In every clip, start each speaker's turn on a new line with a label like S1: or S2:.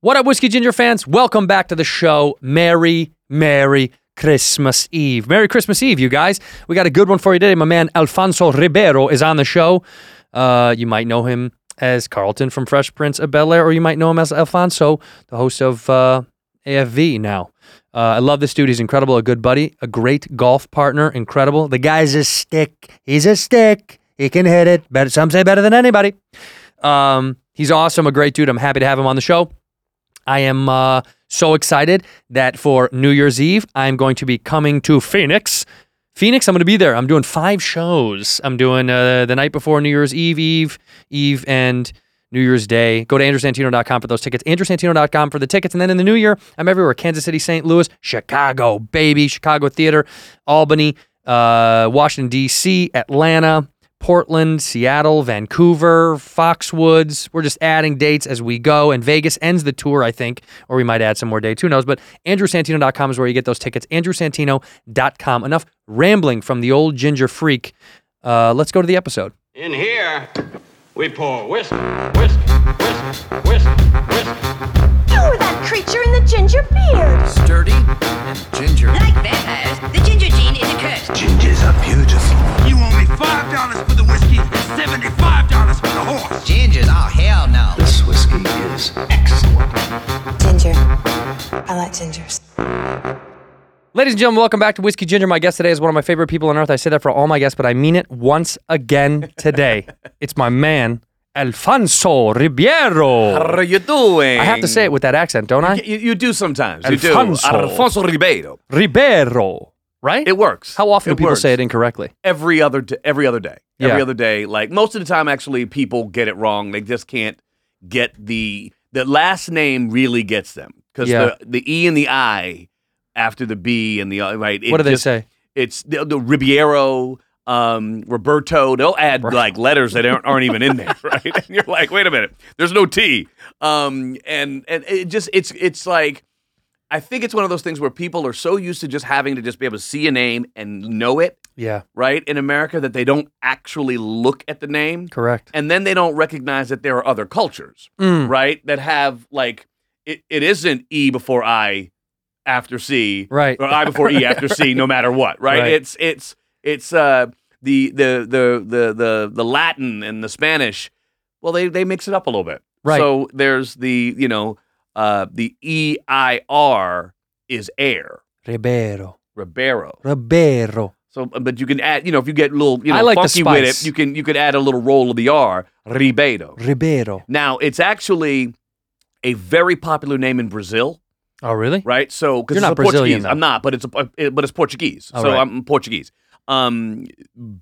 S1: What up, Whiskey Ginger fans? Welcome back to the show. Merry, Merry Christmas Eve. Merry Christmas Eve, you guys. We got a good one for you today. My man Alfonso Ribeiro is on the show. Uh, you might know him as Carlton from Fresh Prince of Bel Air, or you might know him as Alfonso, the host of uh, AFV now. Uh, I love this dude. He's incredible, a good buddy, a great golf partner, incredible. The guy's a stick. He's a stick. He can hit it. Better, some say better than anybody. Um, he's awesome, a great dude. I'm happy to have him on the show. I am uh, so excited that for New Year's Eve, I'm going to be coming to Phoenix. Phoenix, I'm going to be there. I'm doing five shows. I'm doing uh, the night before New Year's Eve, Eve, Eve, and New Year's Day. Go to andrewsantino.com for those tickets, andrewsantino.com for the tickets. And then in the new year, I'm everywhere Kansas City, St. Louis, Chicago, baby, Chicago Theater, Albany, uh, Washington, D.C., Atlanta, Portland, Seattle, Vancouver, Foxwoods. We're just adding dates as we go. And Vegas ends the tour, I think, or we might add some more dates. Who knows? But andrewsantino.com is where you get those tickets. andrewsantino.com. Enough rambling from the old ginger freak. Uh, let's go to the episode.
S2: In here, we pour whisk, whisk, whisk, whisk, whisk.
S3: You were Oh, that creature in the ginger beard.
S4: sturdy and ginger.
S5: Like vampires, the ginger gene is a curse.
S6: Gingers are beautiful.
S7: You owe me five dollars for the whiskey and seventy-five dollars for the horse.
S4: Gingers, oh hell no.
S6: This whiskey is excellent.
S8: Ginger. I like gingers.
S1: Ladies and gentlemen, welcome back to Whiskey Ginger. My guest today is one of my favorite people on earth. I say that for all my guests, but I mean it once again today. it's my man, Alfonso Ribeiro.
S9: How are you doing?
S1: I have to say it with that accent, don't I?
S9: You, you do sometimes.
S1: Alfonso.
S9: You do. Alfonso Ribeiro.
S1: Ribeiro, right?
S9: It works.
S1: How often do people
S9: works.
S1: say it incorrectly?
S9: Every other d- every other day.
S1: Yeah.
S9: Every other day. Like most of the time, actually, people get it wrong. They just can't get the the last name really gets them because
S1: Yeah.
S9: the the e and the i after the b and the I, right. it
S1: What do they
S9: just-
S1: say?
S9: It's the, the Ribeiro. Um, Roberto, they'll add like letters that aren't, aren't even in there, right? And you're like, wait a minute, there's no T. Um, and and it just it's it's like I think it's one of those things where people are so used to just having to just be able to see a name and know it,
S1: Yeah,
S9: right, in America that they don't actually look at the name.
S1: correct.
S9: And then they don't recognize that there are other cultures,
S1: Mm.
S9: right, that have like, it, it isn't E before I after C,
S1: Right.
S9: or I before E after C, no matter what, right?
S1: Right.
S9: It's, it's, it's, uh, the, the, the, the, the, the Latin and the Spanish, well, they, they mix it up a little bit.
S1: Right.
S9: So there's the, you know, uh, the E I R is air.
S1: Ribeiro.
S9: Ribeiro.
S1: Ribeiro.
S9: So, uh, but you can add, you know, if you get a little, you know,
S1: I like the
S9: funky with
S1: spice.
S9: it, you can you could add a little roll of the R, Ribeiro.
S1: Ribeiro.
S9: Now, it's actually a very popular name in Brazil,
S1: Oh, really?
S9: right? So,
S1: You're
S9: because
S1: not Brazilian,
S9: Portuguese,
S1: though.
S9: I'm not, but it's a, it- but it's Portuguese.
S1: All
S9: so
S1: right.
S9: I'm Portuguese. Um,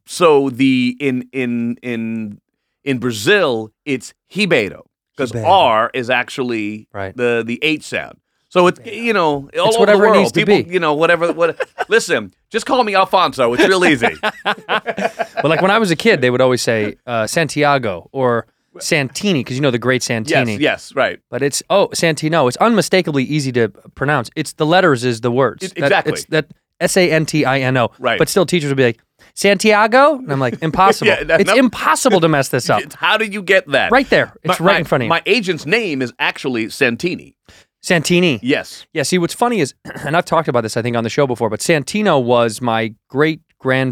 S9: so the in in in in Brazil, it's Ribeiro because
S1: Ribeiro.
S9: R is actually
S1: Right.
S9: the the H sound. So it's you know all over
S1: whatever
S9: the
S1: it
S9: world.
S1: needs to
S9: People,
S1: be.
S9: you know, whatever. What? listen, just call me Alfonso. It's real easy.
S1: But like when I was a kid, they would always say uh, Santiago or Santini because you know the great
S9: yes,
S1: Santini.
S9: yes, right.
S1: But it's oh Santino. It's unmistakably easy to pronounce. It's the letters is the words.
S9: It-
S1: That-
S9: E, exactly.
S1: it's that S A N T I N O.
S9: Right.
S1: But still, teachers would be like Santiago, and I'm like impossible.
S9: Yeah, that-
S1: it's
S9: no.
S1: impossible to mess this up.
S9: It's- how do you get that?
S1: Oh. Right there. It's
S9: My-
S1: right
S9: my-
S1: in front of you.
S9: My agent's name is actually Santini.
S1: Santini.
S9: Yes.
S1: Yeah, see, what's funny is, and I've talked about this, I think, on the show before, but Santino was my great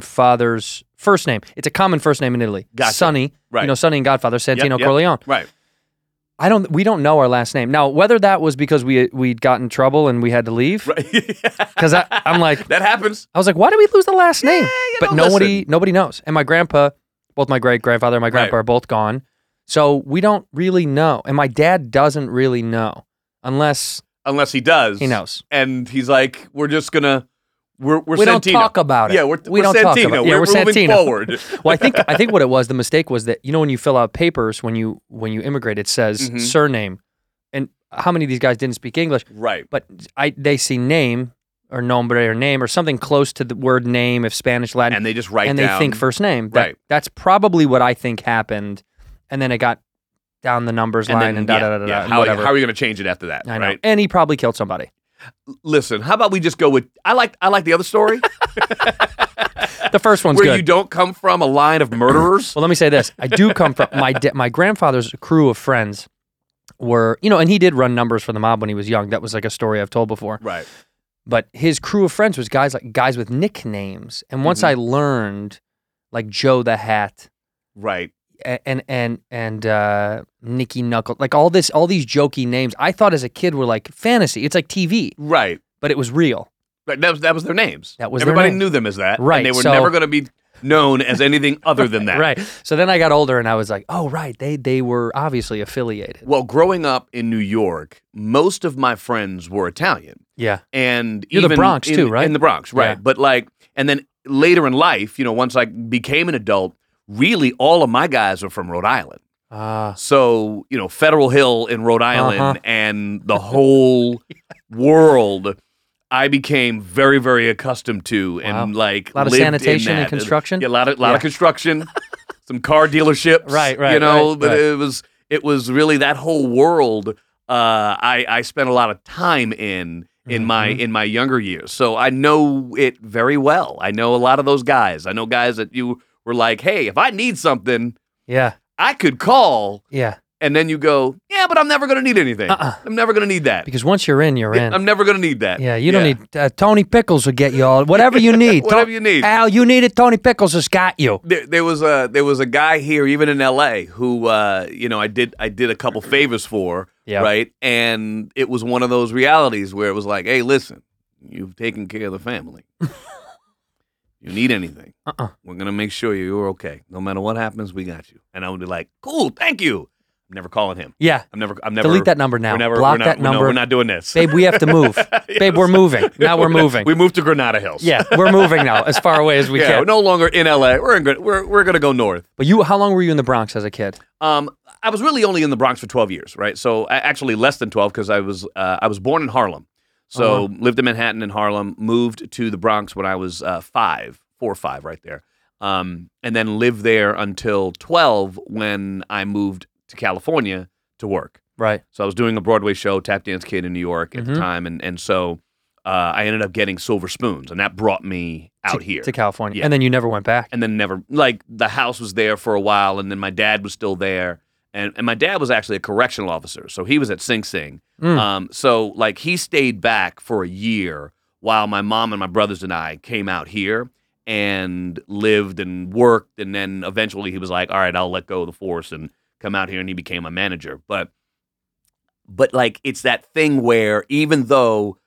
S1: grandfather's first name. It's a common first name in Italy.
S9: Gotcha.
S1: Sonny,
S9: Right.
S1: you know, Sonny and Godfather, Santino
S9: Yep, yep.
S1: Corleone.
S9: Right.
S1: I don't, we don't know our last name now. Whether that was because we we'd got in trouble and we had to leave, because I'm like,
S9: That happens.
S1: I was like, why did we lose the last name?
S9: you
S1: but
S9: know,
S1: nobody,
S9: listen.
S1: nobody knows. And my grandpa, both my great grandfather and my grandpa
S9: Right.
S1: are both gone, so we don't really know. And my dad doesn't really know unless
S9: Unless he does.
S1: he knows.
S9: And he's like, we're just going to. We're, we're
S1: We don't
S9: Santino.
S1: talk about it.
S9: Yeah, we're,
S1: We
S9: are
S1: don't
S9: Santino.
S1: talk about it. Yeah,
S9: we're,
S1: we're
S9: moving
S1: Santino.
S9: forward.
S1: well, I think I think what it was, the mistake was that you know when you fill out papers when you when you immigrate, it says
S9: Mhm.
S1: surname, and how many of these guys didn't speak English?
S9: right.
S1: But I they see name or nombre or name or something close to the word name if Spanish Latin,
S9: And they just write
S1: and
S9: down.
S1: they think first name. That-
S9: Right.
S1: That's probably what I think happened, and then it got down the numbers
S9: and
S1: line
S9: then,
S1: and da
S9: yeah,
S1: da da da.
S9: yeah.
S1: and
S9: How,
S1: whatever.
S9: how are you going to change it after that?
S1: I know.
S9: Right.
S1: And he probably killed somebody.
S9: Listen, how about we just go with I like I like the other story
S1: The first one's
S9: where
S1: good.
S9: you don't come from a line of murderers.
S1: Well, let me say this: I do come from my da- my grandfather's crew of friends were, you know, and he did run numbers for the mob when he was young. That was like a story I've told before.
S9: Right.
S1: But his crew of friends was guys like guys with nicknames. And once I learned, like Joe the Hat
S9: Right.
S1: a- and and and uh, Nicky Knuckle, like all this, all these jokey names, I thought as a kid were like fantasy. It's like TV,
S9: Right.
S1: but it was real.
S9: Right. That was that was their names.
S1: That was their
S9: everybody
S1: names.
S9: knew them as that.
S1: Right,
S9: And they were
S1: so-
S9: never going to be known as anything other than that.
S1: Right. So then I got older and I was like, oh right, they they were obviously affiliated.
S9: Well, growing up in New York, most of my friends were Italian,
S1: Yeah.
S9: and
S1: You're the
S9: even
S1: Bronx
S9: in-
S1: too, right?
S9: In the Bronx, right?
S1: Yeah.
S9: But like, and then later in life, you know, once I became an adult, really all of my guys are from Rhode Island.
S1: Uh,
S9: So, you know, Federal Hill in Rhode Island
S1: Uh-huh.
S9: and the whole world I became very, very accustomed to and
S1: Wow.
S9: like
S1: Lot of
S9: lived in
S1: sanitation and
S9: that.
S1: construction?
S9: Yeah, a lot of lot
S1: Yeah.
S9: of construction, some car dealerships.
S1: Right, right,
S9: You know,
S1: right,
S9: but
S1: right.
S9: it was it was really that whole world uh I, I spent a lot of time in in my
S1: Mm-hmm.
S9: in my younger years. So I know it very well. I know a lot of those guys. I know guys that you were like, hey, if I need something,
S1: yeah.
S9: I could call
S1: Yeah.
S9: and then you go, yeah, but I'm never going to need anything.
S1: Uh-uh.
S9: I'm never going to need that.
S1: Because once you're in, you're in.
S9: I'm never going to need that.
S1: Yeah, you don't need uh, Tony Pickles will get you all whatever you need.
S9: Whatever
S1: Ton-
S9: you need.
S1: Al, you need it. Tony Pickles has got you.
S9: There, there was a there was a guy here, even in L.A., who uh, you know I did I did a couple favors for,
S1: Yeah.
S9: right? And it was one of those realities where it was like, hey, listen, you've taken care of the family. you need anything?
S1: Uh-uh.
S9: We're gonna make sure you're okay, no matter what happens. We got you. And I would be like, cool, thank you. I'm never calling him.
S1: Yeah,
S9: I'm never. I'm never.
S1: Delete that number now.
S9: We're never,
S1: Block
S9: we're not,
S1: that
S9: we're not-
S1: number.
S9: we're not doing this.
S1: babe, we have to move. Babe, we're moving now. We're moving.
S9: We moved to Granada Hills.
S1: yeah, we're moving now as far away as we
S9: yeah,
S1: can.
S9: we're no longer in LA. We're in, Gran- we're we're gonna go north.
S1: But you, how long were you in the Bronx as a kid?
S9: Um, I was really only in the Bronx for 12 years, right? So a- actually less than 12 because I was uh, I was born in Harlem. So
S1: Uh-huh.
S9: lived in Manhattan and Harlem. Moved to the Bronx when I was uh, five, four or five, right there. Um, and then lived there until 12 when I moved to California to work.
S1: Right.
S9: So I was doing a Broadway show, Tap Dance Kid in New York at
S1: Mhm.
S9: the time, and and so uh, I ended up getting Silver Spoons, and that brought me out
S1: to,
S9: here
S1: to California,
S9: Yeah.
S1: and then you never went back.
S9: and then never like the house was there for a while and then my dad was still there and, and my dad was actually a correctional officer so he was at sing sing
S1: Mm.
S9: um, so like he stayed back for a year while my mom and my brothers and i came out here and lived and worked and then eventually he was like all right i'll let go of the force and come out here and he became a manager but but like it's that thing where even though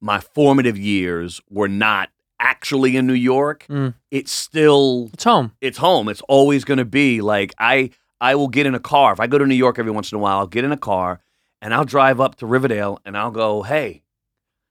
S9: my formative years were not actually in new york
S1: Mm.
S9: it's still
S1: It's home.
S9: it's home. It's always going to be like I I will get in a car. If I go to New York every once in a while, I'll get in a car and I'll drive up to Riverdale and I'll go, "Hey,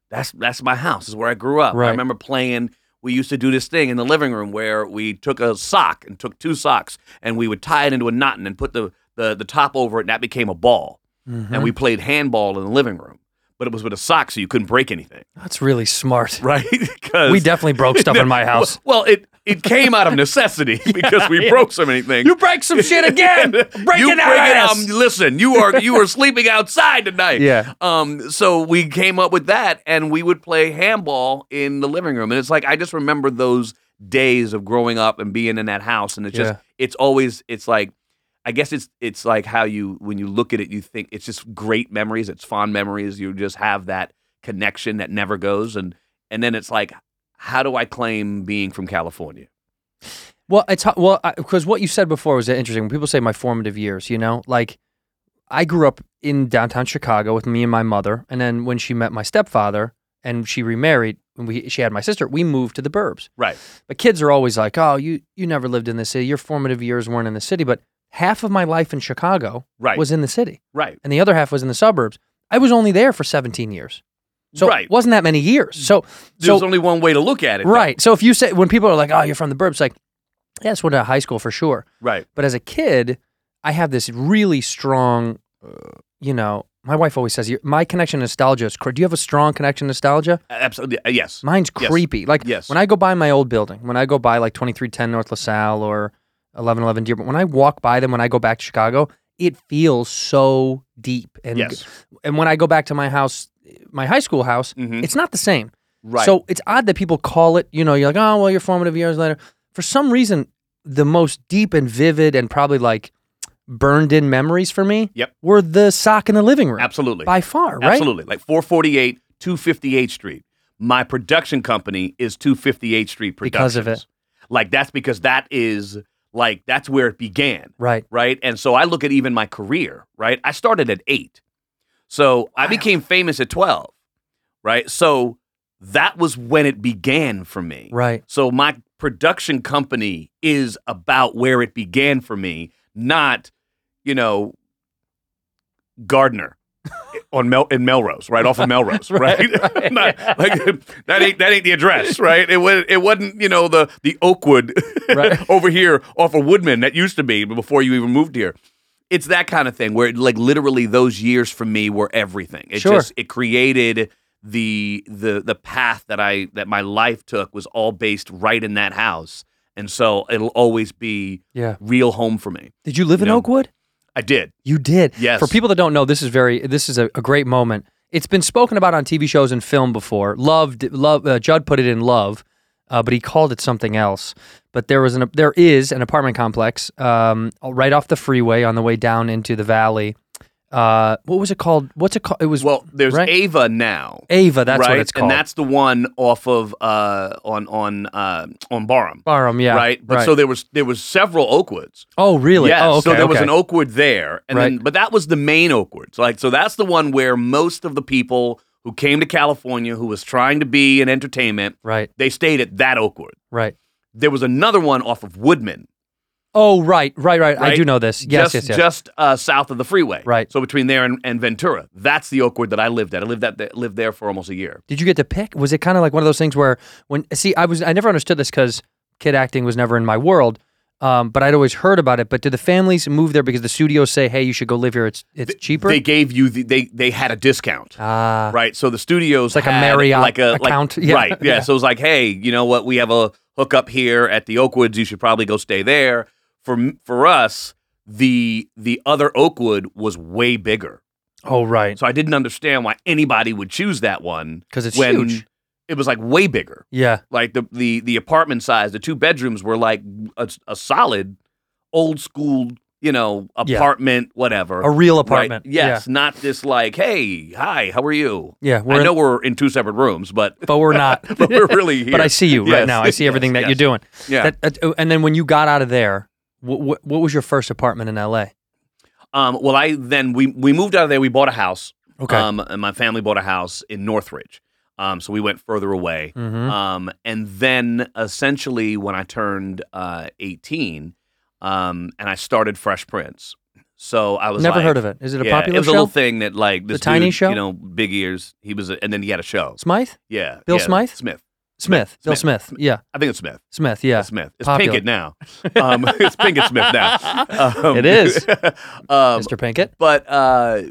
S9: that's that's my house. This is where I grew up."
S1: Right.
S9: I remember playing we used to do this thing in the living room where we took a sock and took two socks and we would tie it into a knot and then put the the, the top over it and that became a ball. And we played handball in the living room. But it was with a sock so you couldn't break anything.
S1: That's really smart.
S9: Right? 'Cause-
S1: We definitely broke stuff in my house.
S9: well, it it came out of necessity because we broke so many things.
S1: You break some shit again.
S9: you
S1: Breaking our
S9: bring it
S1: ass.
S9: um, listen, you are you were sleeping outside tonight.
S1: Yeah.
S9: Um. So we came up with that, and we would play handball in the living room, and it's like I just remember those days of growing up and being in that house, and it's just
S1: Yeah.
S9: it's always it's like. I guess it's it's like how you when you look at it you think it's just great memories it's fond memories you just have that connection that never goes and and then it's like how do I claim being from California
S1: Well, it's ho- well because what you said before was interesting. When people say my formative years, you know, like I grew up in downtown Chicago with me and my mother, and then when she met my stepfather and she remarried, and we she had my sister, we moved to the burbs.
S9: right
S1: But kids are always like, "Oh, you you never lived in the city. Your formative years weren't in the city." But half of my life in Chicago
S9: Right.
S1: was in the city,
S9: right
S1: and the other half was in the suburbs. I was only there for 17 years, so
S9: Right.
S1: it wasn't that many years. So
S9: there's
S1: so
S9: only one way to look at it though.
S1: right. So if you say when people are like, "Oh, you're from the burbs," like, yeah, that's what a high school for sure.
S9: right
S1: But as a kid, I have this really strong, uh, you know, my wife always says, "Your- my connection to nostalgia is, cre- do you have a strong connection to nostalgia?
S9: absolutely uh, yes
S1: Mine's
S9: Yes.
S1: creepy. Like
S9: Yes.
S1: when I go by my old building, when I go by like 2310 North LaSalle or 1111 Dearborn, when I walk by them, when I go back to Chicago, it feels so deep. And,
S9: Yes.
S1: and when I go back to my house, my high school house,
S9: Mhm.
S1: it's not the same.
S9: Right.
S1: So it's odd that people call it, you know, you're like, oh, well, your formative years later. For some reason, the most deep and vivid and probably like burned in memories for me
S9: Yep.
S1: were the sock in the living room.
S9: Absolutely.
S1: By far, right?
S9: Absolutely. Like 448, 258 Street. My production company is 258 Street Productions.
S1: Because of it.
S9: Like that's because that is like that's where it began.
S1: Right.
S9: Right. And so I look at even my career, right? I started at eight. So I became famous at 12. Right. So that was when it began for me.
S1: Right.
S9: So my production company is about where it began for me, not, you know, Gardner on Mel in Melrose, right off of Melrose, right? Not- like that ain't that ain't the address, right? It was it wasn't you know the the Oakwood
S1: Right.
S9: over here off of Woodman that used to be before you even moved here. It's that kind of thing where like literally those years for me were everything. It
S1: Sure.
S9: just it created the the the path that I that my life took was all based right in that house. And so it'll always be
S1: Yeah.
S9: real home for me.
S1: Did you live in
S9: No.
S1: Oakwood?
S9: I did.
S1: You did.
S9: Yes.
S1: For people that don't know, this is very this is a, a great moment. It's been spoken about on TV shows and film before. Loved love uh, Judd put it in love, uh, but he called it something else. But there was an there is an apartment complex um, right off the freeway on the way down into the valley. Uh, what was it called? What's it called? It was
S9: Well, there's
S1: right?
S9: Ava now.
S1: Ava. That's
S9: right?
S1: what it's called.
S9: And that's the one off of uh on on uh on Barham.
S1: Barham. Yeah.
S9: Right? But so there was there was several Oakwoods.
S1: oh, really?
S9: Yeah.
S1: oh, okay.
S9: so there was
S1: okay.
S9: an Oakwood there. And then
S1: Right.
S9: but that was the main Oakwood. So like so that's the one where most of the people who came to California who was trying to be in entertainment,
S1: Right.
S9: they stayed at that Oakwood.
S1: Right.
S9: There was another one off of Woodman.
S1: Oh, right. Right. Right. I
S9: Right?
S1: do know this. Yes.
S9: just,
S1: yes. Yes.
S9: Just uh, south of the freeway.
S1: Right.
S9: So between there and, and Ventura. That's the Oakwood that I lived at. I lived that lived there for almost a year.
S1: Did you get to pick? Was it kind of like one of those things where when see I was I never understood this because kid acting was never in my world, um, but I'd always heard about it. But did the families move there because the studios say, hey, you should go live here? It's it's cheaper.
S9: They gave you the, they they had a discount.
S1: Ah,
S9: right. So the studios
S1: like a
S9: had
S1: Marriott
S9: like a like-
S1: account. Yeah.
S9: Right. Yeah.
S1: Yeah.
S9: So it was like, hey, you know what? We have a hookup here at the Oakwoods. You should probably go stay there. For m- for us, the the other Oakwood was way bigger.
S1: oh right,
S9: So I didn't understand why anybody would choose that one
S1: 'Cause it's
S9: when
S1: huge.
S9: It was like way bigger.
S1: yeah,
S9: Like the the the apartment size, the two bedrooms were like a, a solid old school, you know,
S1: Yeah.
S9: apartment, whatever.
S1: a real
S9: Right.
S1: apartment.
S9: Yes, not this like, hey, hi, how are you?
S1: Yeah, we're
S9: I
S1: in-
S9: know we're in two separate rooms, but
S1: but we're not.
S9: but we're really here.
S1: But I see you right
S9: Yes,
S1: now. I see
S9: yes,
S1: everything that
S9: yes.
S1: you're doing.
S9: Yeah.
S1: That, uh, and then when you got out of there, what, what, what was your first apartment in L.A.?
S9: Um, well, I then we we moved out of there. We bought a house.
S1: Okay.
S9: Um, and my family bought a house in Northridge. Um, so we went further away.
S1: Mhm.
S9: Um, and then essentially when I turned uh 18, um, and I started Fresh Prince. So I was
S1: Never
S9: like-
S1: heard of it. Is it a
S9: yeah,
S1: popular
S9: It was
S1: show?
S9: a little thing that like this
S1: tiny
S9: dude,
S1: show?
S9: you know, big ears. He was, a, and then he had a show.
S1: Smythe,
S9: Yeah,
S1: Bill
S9: yeah,
S1: Smythe?
S9: Smith.
S1: Smith, Bill Smith.
S9: Smith.
S1: Yeah,
S9: I think it's Smith.
S1: Smith. Yeah,
S9: Smith. It's
S1: Popular.
S9: Pinkett now. Um, it's Pinkett Smith now. Um,
S1: It is.
S9: um,
S1: Mr. Pinkett.
S9: But uh,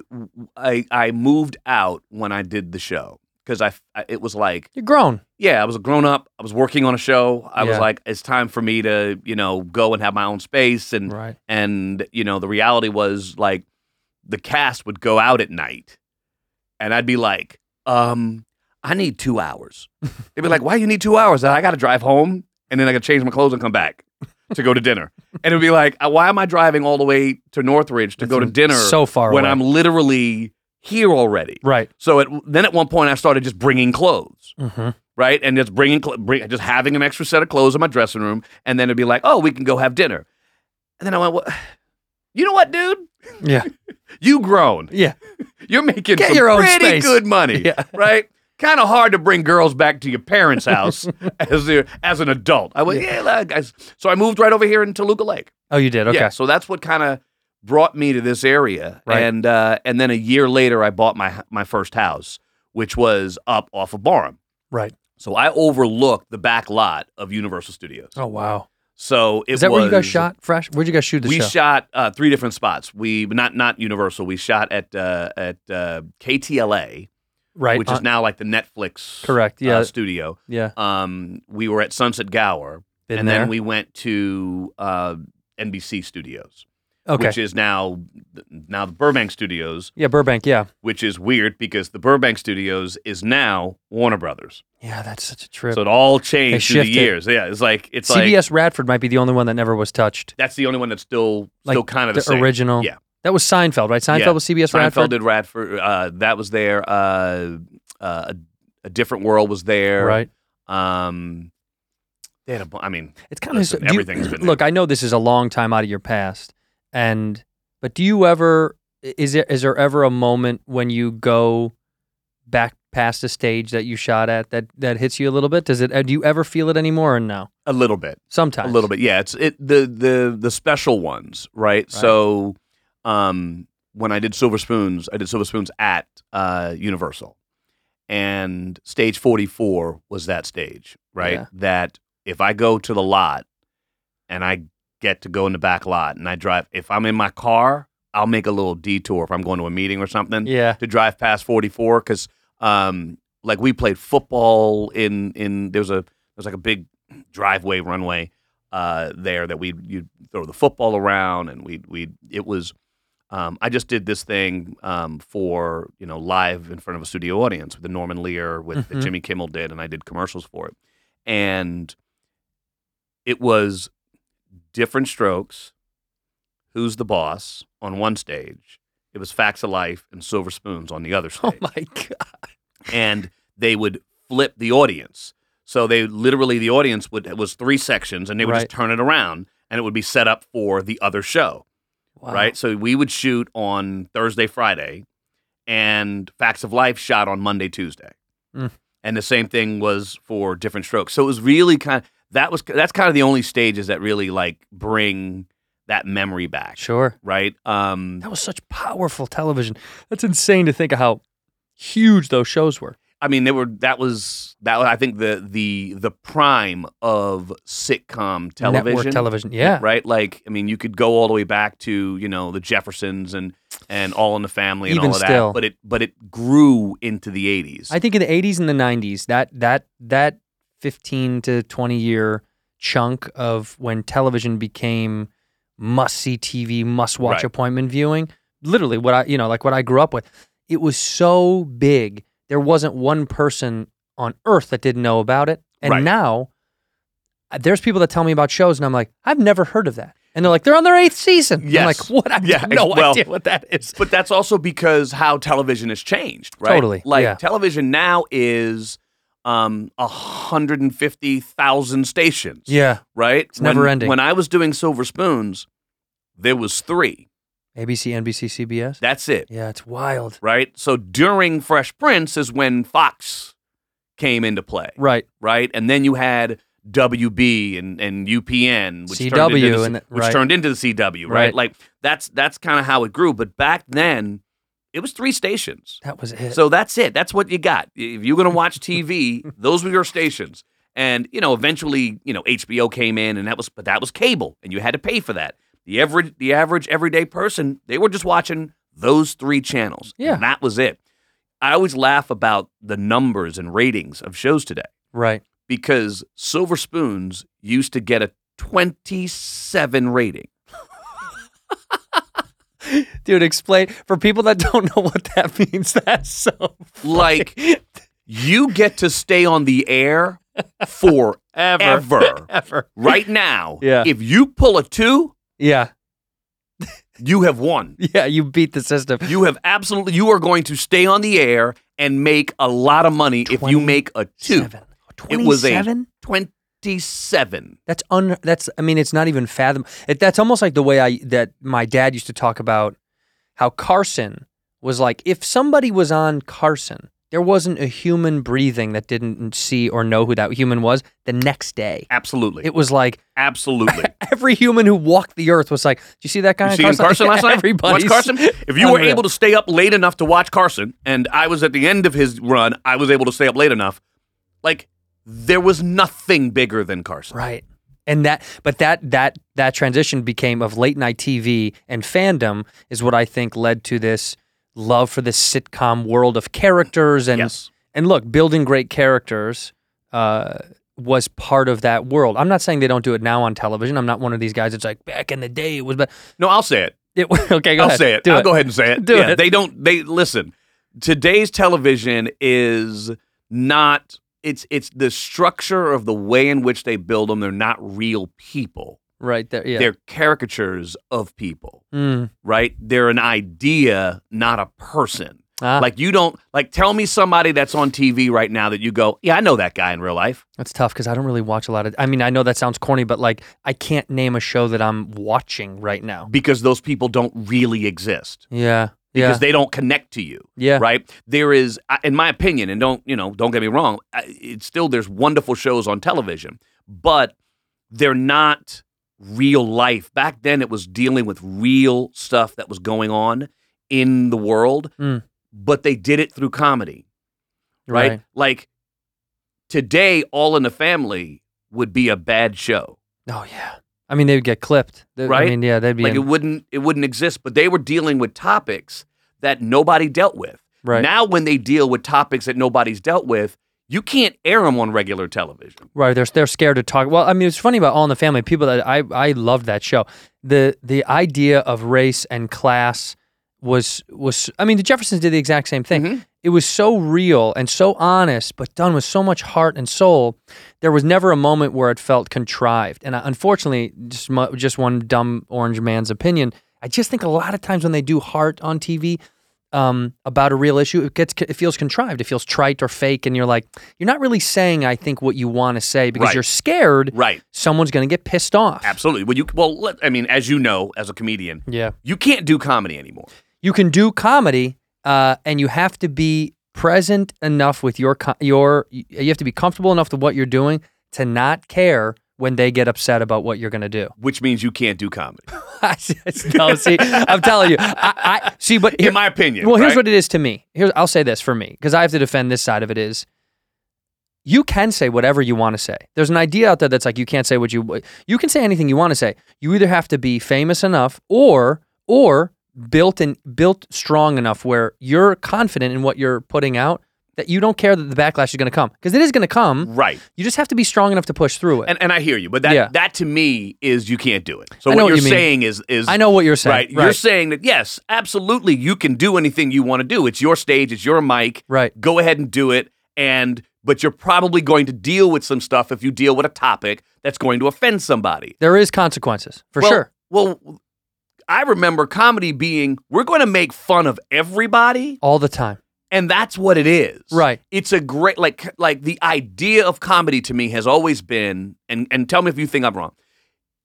S9: I I moved out when I did the show because I, I it was like
S1: You're grown.
S9: yeah I was a grown up I was working on a show I was
S1: Yeah.
S9: like it's time for me to you know go and have my own space and
S1: Right.
S9: and you know the reality was like the cast would go out at night and I'd be like um I need two hours they'd be like why you need two hours I got to drive home and then I got to change my clothes and come back. To go to dinner, and it'd be like, why am I driving all the way to Northridge to go to dinner
S1: so far
S9: when
S1: away.
S9: I'm literally here already?
S1: Right.
S9: So at, then at one point I started just bringing clothes,
S1: Mm-hmm.
S9: right? And just bringing, cl- bring, just having an extra set of clothes in my dressing room, and then it'd be like, oh, we can go have dinner. And then I went, well, you know what, dude?
S1: Yeah.
S9: You grown.
S1: Yeah.
S9: You're making
S1: Get
S9: some
S1: your own
S9: pretty
S1: space.
S9: good money,
S1: Yeah.
S9: right? Kind of hard to bring girls back to your parents' house as a, as an adult. I went, yeah, like, I s- so I moved right over here in Toluca Lake.
S1: Oh, you did. Okay.
S9: Yeah, so that's what kind of brought me to this area,
S1: Right.
S9: and uh, and then a year later, I bought my my first house, which was up off of Barham.
S1: Right.
S9: So I overlooked the back lot of Universal Studios.
S1: Oh wow.
S9: So it
S1: Is that
S9: was,
S1: where you guys shot? Fresh? Where'd you guys shoot the
S9: we
S1: show?
S9: shot uh, three different spots. We not not Universal. We shot at uh, at uh, KTLA,
S1: right.
S9: which
S1: on-
S9: is now like the Netflix
S1: correct. Yeah.
S9: uh, studio.
S1: yeah.
S9: Um, we were at Sunset Gower,
S1: Been
S9: and
S1: there.
S9: then we went to uh, NBC Studios,
S1: Okay.
S9: which is now now the Burbank Studios,
S1: Yeah, Burbank. Yeah.
S9: which is weird because the Burbank Studios is now Warner Brothers.
S1: Yeah, that's such a trip.
S9: So it all
S1: They
S9: changed through the
S1: shifted.
S9: years. Yeah, it's like it's like
S1: CBS Radford might be the only one that never was touched.
S9: that's the only one that's still
S1: Like
S9: still kind of the,
S1: the
S9: same.
S1: original.
S9: Yeah,
S1: That was Seinfeld, right? Seinfeld
S9: yeah.
S1: was CBS
S9: Seinfeld
S1: Radford.
S9: did Radford. Uh, that was there. Uh, uh, a, a different world was there.
S1: Right.
S9: Um, they had a bu- I mean,
S1: It's kind
S9: Listen,
S1: of
S9: everything's been there.
S1: Look, I know this is a long time out of your past, and but do you ever is there is there ever a moment when you go back past a stage that you shot at that that hits you a little bit? Does it? uh, Do you ever feel it anymore? Or no?
S9: a little bit.
S1: Sometimes
S9: A little bit, yeah. It's it the the the special ones, right? So, um, when I did Silver Spoons, I did Silver Spoons at uh, Universal, and stage forty four was that stage, right?
S1: Yeah.
S9: That if I go to the lot, and I get to go in the back lot, and I drive. If I'm in my car, I'll make a little detour if I'm going to a meeting or something
S1: Yeah.
S9: to drive past 44 because um, like we played football in in there was a there was like a big driveway runway uh, there that we would you'd throw the football around and we we it was um, I just did this thing um, for you know live in front of a studio audience with the Norman Lear with that
S1: Mhm.
S9: Jimmy Kimmel did and I did commercials for it and it was different strokes who's the boss on one stage it was facts of life and silver spoons on the other
S1: Oh
S9: stage
S1: my god!
S9: and they would flip the audience. So they literally the audience would it was three sections, and they would
S1: Right.
S9: just turn it around, and it would be set up for the other show,
S1: Wow.
S9: right? So we would shoot on Thursday, Friday, and Facts of Life shot on Monday, Tuesday,
S1: Mm.
S9: and the same thing was for Different Strokes. So it was really kind of that was that's kind of the only stages that really like bring that memory back,
S1: Sure.
S9: right? Um,
S1: That was such powerful television. That's insane to think of how huge those shows were.
S9: I mean, they were that was that was, I think the the the prime of sitcom television.
S1: Network television. Yeah.
S9: Right? Like, I mean, you could go all the way back to, you know, the Jeffersons and and All in the Family and
S1: Even
S9: all of
S1: still.
S9: that. But it but it grew into the eighties.
S1: I think in the 80s and the 90s, that that that 15 to 20 year chunk of when television became must see TV, must watch
S9: Right.
S1: appointment viewing, literally what I, you know, like what I grew up with, it was so big. There wasn't one person on earth that didn't know about it. And
S9: Right.
S1: now uh, there's people that tell me about shows and I'm like, I've never heard of that. And they're like, they're on their eighth season. I'm
S9: Yes.
S1: like, what? I
S9: Yeah,
S1: have no
S9: well,
S1: idea what that is.
S9: But that's also because how television has changed, right?
S1: Totally,
S9: Like
S1: yeah.
S9: television now is um hundred and fifty thousand stations.
S1: Yeah.
S9: Right? It's
S1: never ending.
S9: When I was doing Silver Spoons, there was three.
S1: ABC, NBC, CBS.
S9: That's it.
S1: Yeah, it's wild.
S9: right? So during Fresh Prince is when Fox came into play,
S1: Right.
S9: right? And then you had WB and, and UPN, which, turned,
S1: CW
S9: into the,
S1: and the-
S9: which
S1: right.
S9: turned into the CW, right?
S1: Right.
S9: Like that's that's kind of how it grew. But back then, it was three stations.
S1: That was it.
S9: So that's it. That's what you got. If you're gonna watch TV, those were your stations. And you know, eventually, you know, HBO came in, and that was, but that was cable, and you had to pay for that. The average, the average everyday person, they were just watching those three channels.
S1: Yeah.
S9: and that was it. I always laugh about the numbers and ratings of shows today
S1: right.
S9: because Silver Spoons used to get a 27 rating.
S1: Dude, explain for people that don't know what that means. That's so
S9: Like, you get to stay on the air forever.
S1: ever.
S9: right now,
S1: Yeah.
S9: if you pull a two,
S1: Yeah.
S9: you have won.
S1: Yeah, you beat the system.
S9: You have absolutely, you are going to stay on the air and make a lot of money if you make a two.
S1: Seven.
S9: It was a
S1: 27?
S9: 27.
S1: That's un that's I mean, it's not even fathom. It, that's almost like the way I that my dad used to talk about how Carson was like if somebody was on Carson, there wasn't a human breathing that didn't see or know who that human was the next day.
S9: Absolutely.
S1: It was like
S9: absolutely.
S1: every human who walked the earth was like, "Do you see that guy?
S9: You
S1: in
S9: see him Uh, Carson last night?
S1: Everybody
S9: Watch Carson? If you were
S1: Unreal.
S9: able to stay up late enough to watch Carson, and I was at the end of his run, I was able to stay up late enough. Like, there was nothing bigger than Carson.
S1: Right. And that but that that that transition became of late night TV and fandom is what I think led to this love for this sitcom world of characters and
S9: Yes.
S1: and look, building great characters uh was part of that world. I'm not saying they don't do it now on television. I'm not one of these guys that's like back in the day it was but
S9: No, I'll say it.
S1: it okay, go
S9: I'll
S1: ahead.
S9: say it.
S1: Do
S9: I'll go ahead and say it.
S1: Do
S9: yeah,
S1: it.
S9: They don't. They listen. Today's television is not. It's it's the structure of the way in which they build them. They're not real people.
S1: right there. Yeah.
S9: They're caricatures of people.
S1: Mm.
S9: Right? They're an idea, not a person.
S1: Ah,
S9: Like you don't like tell me somebody that's on TV right now that you go, yeah, I know that guy in real life.
S1: that's tough because I don't really watch a lot of I mean, I know that sounds corny, but like I can't name a show that I'm watching right now.
S9: because those people don't really exist
S1: Yeah. Yeah.
S9: because they don't connect to you
S1: yeah.
S9: right there is I- in my opinion and don't you know don't get me wrong I- it's still there's wonderful shows on television but they're not real life back then it was dealing with real stuff that was going on in the world
S1: Mm.
S9: but they did it through comedy right?
S1: Right.
S9: like today all in the family would be a bad show
S1: Oh yeah. I mean, they would get clipped. They- I
S9: Right?
S1: mean, yeah, they'd be
S9: like
S1: in-
S9: it wouldn't it wouldn't exist but they were dealing with topics that nobody dealt with
S1: Right.
S9: now when they deal with topics that nobody's dealt with you can't air them on regular television
S1: Right, they're they're scared to talk. Well, I mean, it's funny about All in the Family. People that I I loved that show. The the idea of race and class was was. I mean, the Jeffersons did the exact same thing.
S9: Mm-hmm.
S1: It was so real and so honest, but done with so much heart and soul. There was never a moment where it felt contrived. And I, unfortunately, just mu- just one dumb orange man's opinion. I just think a lot of times when they do heart on TV, um, about a real issue, it gets it feels contrived. It feels trite or fake, and you're like, you're not really saying I think what you want to say because
S9: Right.
S1: you're scared.
S9: right
S1: Someone's going to get pissed off.
S9: absolutely well you well let, i mean as you know as a comedian
S1: Yeah.
S9: you can't do comedy anymore
S1: You can do comedy, uh, and you have to be present enough with your co- your. You have to be comfortable enough with what you're doing to not care when they get upset about what you're going to do.
S9: which means you can't do comedy
S1: no, see, I'm telling you, I, I see. But
S9: in my opinion
S1: Well, here's
S9: right?
S1: what it is to me. Here's I'll say this for me because I have to defend this side of it is you can say whatever you want to say. There's an idea out there that's like you can't say what you you can say anything you want to say. You either have to be famous enough or or built and built strong enough where you're confident in what you're putting out that you don't care that the backlash is going to come because it is going to come.
S9: right
S1: You just have to be strong enough to push through it.
S9: and, and i hear you but that
S1: Yeah.
S9: that to me is you can't do it so
S1: I know
S9: what
S1: what
S9: you're
S1: you mean.
S9: saying is is
S1: I know what you're saying.
S9: right, you're saying that yes absolutely you can do anything you want to do it's your stage it's your mic
S1: Right.
S9: go ahead and do it and but you're probably going to deal with some stuff if you deal with a topic that's going to offend somebody
S1: there is consequences for
S9: well,
S1: sure.
S9: well i remember comedy being we're going to make fun of everybody
S1: All the time.
S9: and that's what it is
S1: Right.
S9: it's a great like like the idea of comedy to me has always been and and tell me if you think i'm wrong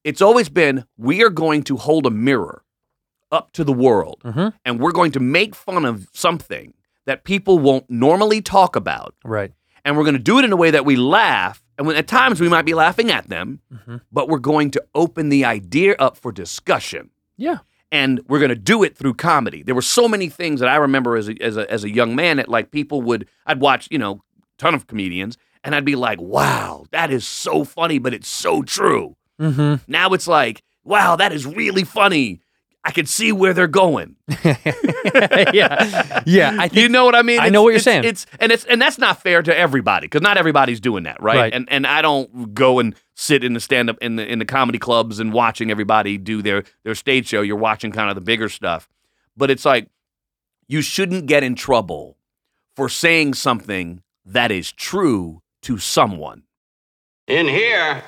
S9: it's always been we are going to hold a mirror up to the world
S1: Mhm.
S9: and we're going to make fun of something that people won't normally talk about
S1: Right.
S9: and we're going to do it in a way that we laugh and when, at times we might be laughing at them but we're going to open the idea up for discussion
S1: Yeah.
S9: and we're going to do it through comedy. There were so many things that I remember as a, as a, as a young man that like people would I'd watch you know ton of comedians and I'd be like, wow, that is so funny, but it's so true.
S1: Mm-hmm.
S9: Now it's like, wow, that is really funny. I can see where they're going.
S1: yeah. Yeah. I think
S9: you know what I mean?
S1: I know what you're
S9: It's-
S1: saying.
S9: It's and it's and that's not fair to everybody because not everybody's doing that, right?
S1: Right.
S9: And and I don't go and sit in the stand up in the in the comedy clubs and watching everybody do their their stage show. You're watching kind of the bigger stuff, but it's like you shouldn't get in trouble for saying something that is true to someone.
S2: In here,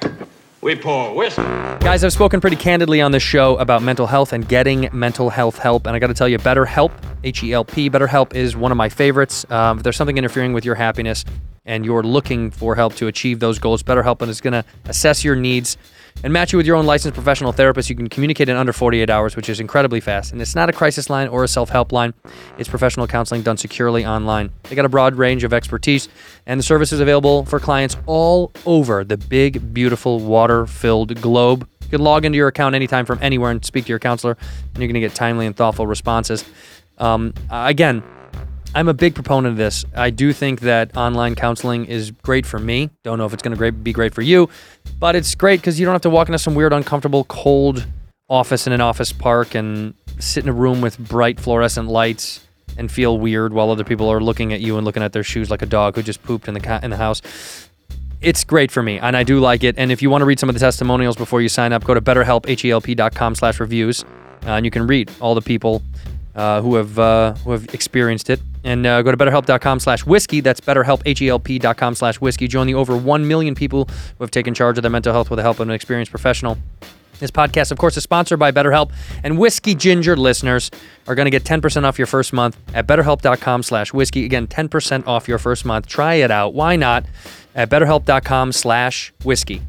S2: we pour whiskey.
S1: Guys, I've spoken pretty candidly on this show about mental health and getting mental health help. And I got to tell you, BetterHelp, H E L P, BetterHelp is one of my favorites. Um, if there's something interfering with your happiness and you're looking for help to achieve those goals, BetterHelp is going to assess your needs and match you with your own licensed professional therapist. You can communicate in under 48 hours, which is incredibly fast. And it's not a crisis line or a self help line, it's professional counseling done securely online. They got a broad range of expertise, and the service is available for clients all over the big, beautiful, water filled globe. You can log into your account anytime from anywhere and speak to your counselor, and you're going to get timely and thoughtful responses. Um, again, I'm a big proponent of this. I do think that online counseling is great for me. Don't know if it's going to be great for you, but it's great because you don't have to walk into some weird, uncomfortable, cold office in an office park and sit in a room with bright fluorescent lights and feel weird while other people are looking at you and looking at their shoes like a dog who just pooped in the ca- in the house it's great for me, and I do like it. And if you want to read some of the testimonials before you sign up, go to E betterhelp.com slash reviews, uh, and you can read all the people uh, who have uh, who have experienced it. And uh, go to betterhelp.com slash whiskey. That's betterhelp, H-E-L-P dot com slash whiskey. Join the over 1 million people who have taken charge of their mental health with the help of an experienced professional. This podcast, of course, is sponsored by BetterHelp, and Whiskey Ginger listeners are going to get 10% off your first month at betterhelp.com slash whiskey. Again, 10% off your first month. Try it out. Why not? At betterhelp.com slash whiskey.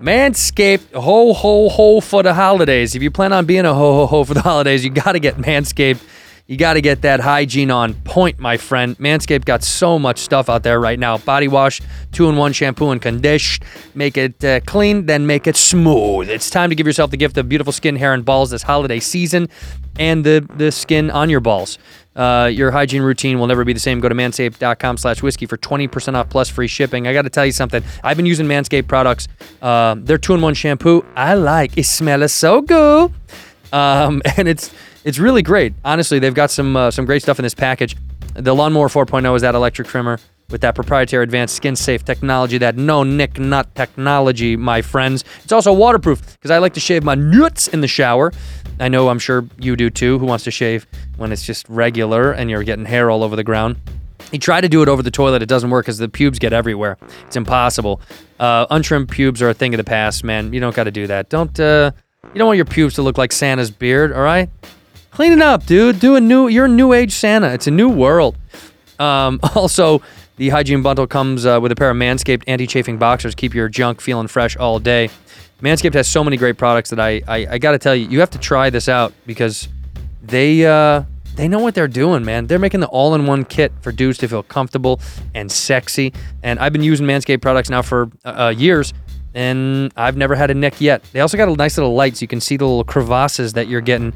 S1: Manscaped, ho, ho, ho for the holidays. If you plan on being a ho, ho, ho for the holidays, you got to get Manscaped. You got to get that hygiene on point, my friend. Manscaped got so much stuff out there right now body wash, two in one shampoo and condition. Make it uh, clean, then make it smooth. It's time to give yourself the gift of beautiful skin, hair, and balls this holiday season and the, the skin on your balls. Uh, your hygiene routine will never be the same. Go to manscaped.com slash whiskey for 20% off plus free shipping. I got to tell you something. I've been using Manscaped products. Uh, their two-in-one shampoo, I like. It smells so good. Um, and it's it's really great. Honestly, they've got some uh, some great stuff in this package. The Lawnmower 4.0 is that electric trimmer with that proprietary advanced skin safe technology, that no nick nut technology, my friends. It's also waterproof because I like to shave my nuts in the shower. I know I'm sure you do too, who wants to shave when it's just regular and you're getting hair all over the ground. You try to do it over the toilet, it doesn't work because the pubes get everywhere. It's impossible. Uh, untrimmed pubes are a thing of the past, man. You don't got to do that. Don't, uh, you don't want your pubes to look like Santa's beard, all right? Clean it up, dude. Do a new, you're a new age Santa. It's a new world. Um, also, the hygiene bundle comes uh, with a pair of Manscaped anti-chafing boxers. Keep your junk feeling fresh all day. Manscaped has so many great products that I I, I got to tell you, you have to try this out because they uh, they know what they're doing, man. They're making the all-in-one kit for dudes to feel comfortable and sexy. And I've been using Manscaped products now for uh, uh, years. And I've never had a neck yet. They also got a nice little light so you can see the little crevasses that you're getting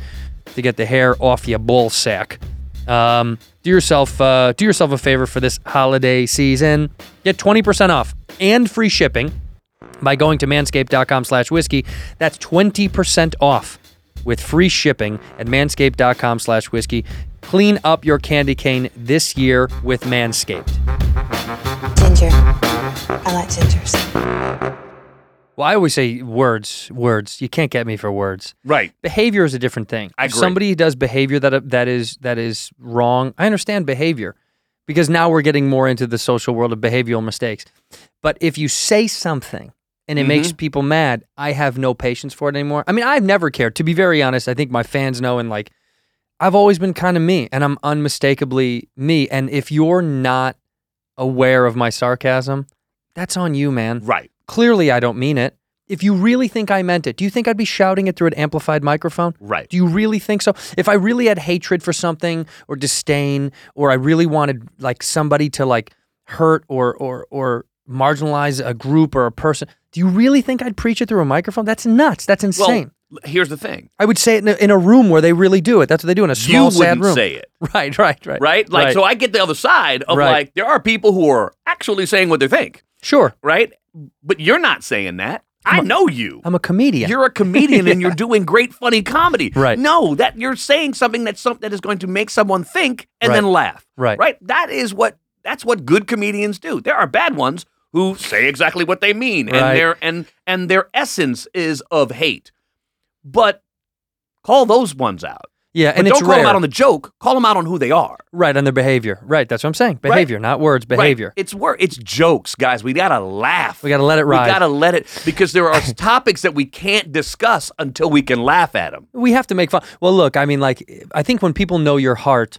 S1: to get the hair off your ball sack. Um, do yourself uh, do yourself a favor for this holiday season. Get 20% off and free shipping by going to manscaped.com slash whiskey. That's 20% off with free shipping at manscaped.com slash whiskey. Clean up your candy cane this year with Manscaped.
S8: Ginger. I like gingers.
S1: Well, I always say words, words. You can't get me for words.
S9: Right.
S1: Behavior is a different thing.
S9: I
S1: If
S9: agree.
S1: somebody does behavior that that is that is wrong, I understand behavior because now we're getting more into the social world of behavioral mistakes. But if you say something and it
S9: Mm-hmm.
S1: makes people mad, I have no patience for it anymore. I mean, I've never cared. To be very honest, I think my fans know and like I've always been kind of me and I'm unmistakably me. And if you're not aware of my sarcasm, that's on you, man.
S9: Right.
S1: Clearly, I don't mean it. If you really think I meant it, do you think I'd be shouting it through an amplified microphone?
S9: Right.
S1: Do you really think so? If I really had hatred for something or disdain, or I really wanted like somebody to like hurt or or or marginalize a group or a person, do you really think I'd preach it through a microphone? That's nuts. That's
S9: Well,
S1: insane.
S9: l- here's the thing.
S1: I would say it in a, in a room where they really do it. That's what they do in a small,
S9: you
S1: sad
S9: wouldn't
S1: room.
S9: say it.
S1: Right, right, right,
S9: right? Like, so I get the other side of
S1: Right.
S9: like, there are people who are actually saying what they think,
S1: sure,
S9: right? But you're not saying that. I know you.
S1: I'm a comedian.
S9: You're a comedian and you're doing great funny comedy.
S1: Right.
S9: No, that you're saying something that's some, that is going to make someone think and
S1: Right.
S9: then laugh.
S1: Right.
S9: Right. That is what that's what good comedians do. There are bad ones who say exactly what they mean
S1: Right.
S9: and their and and their essence is of hate. But call those ones out.
S1: yeah, and
S9: but
S1: it's
S9: don't call
S1: rare.
S9: them out on the joke. Call them out on who they are.
S1: right on their behavior. Right, that's what I'm saying. Behavior, not words.
S9: Right.
S1: Behavior.
S9: It's wor- It's jokes, guys. We gotta laugh.
S1: We gotta let it ride.
S9: We gotta let it because there are topics that we can't discuss until we can laugh at them.
S1: we have to make fun. Well, look, I mean, like, I think when people know your heart,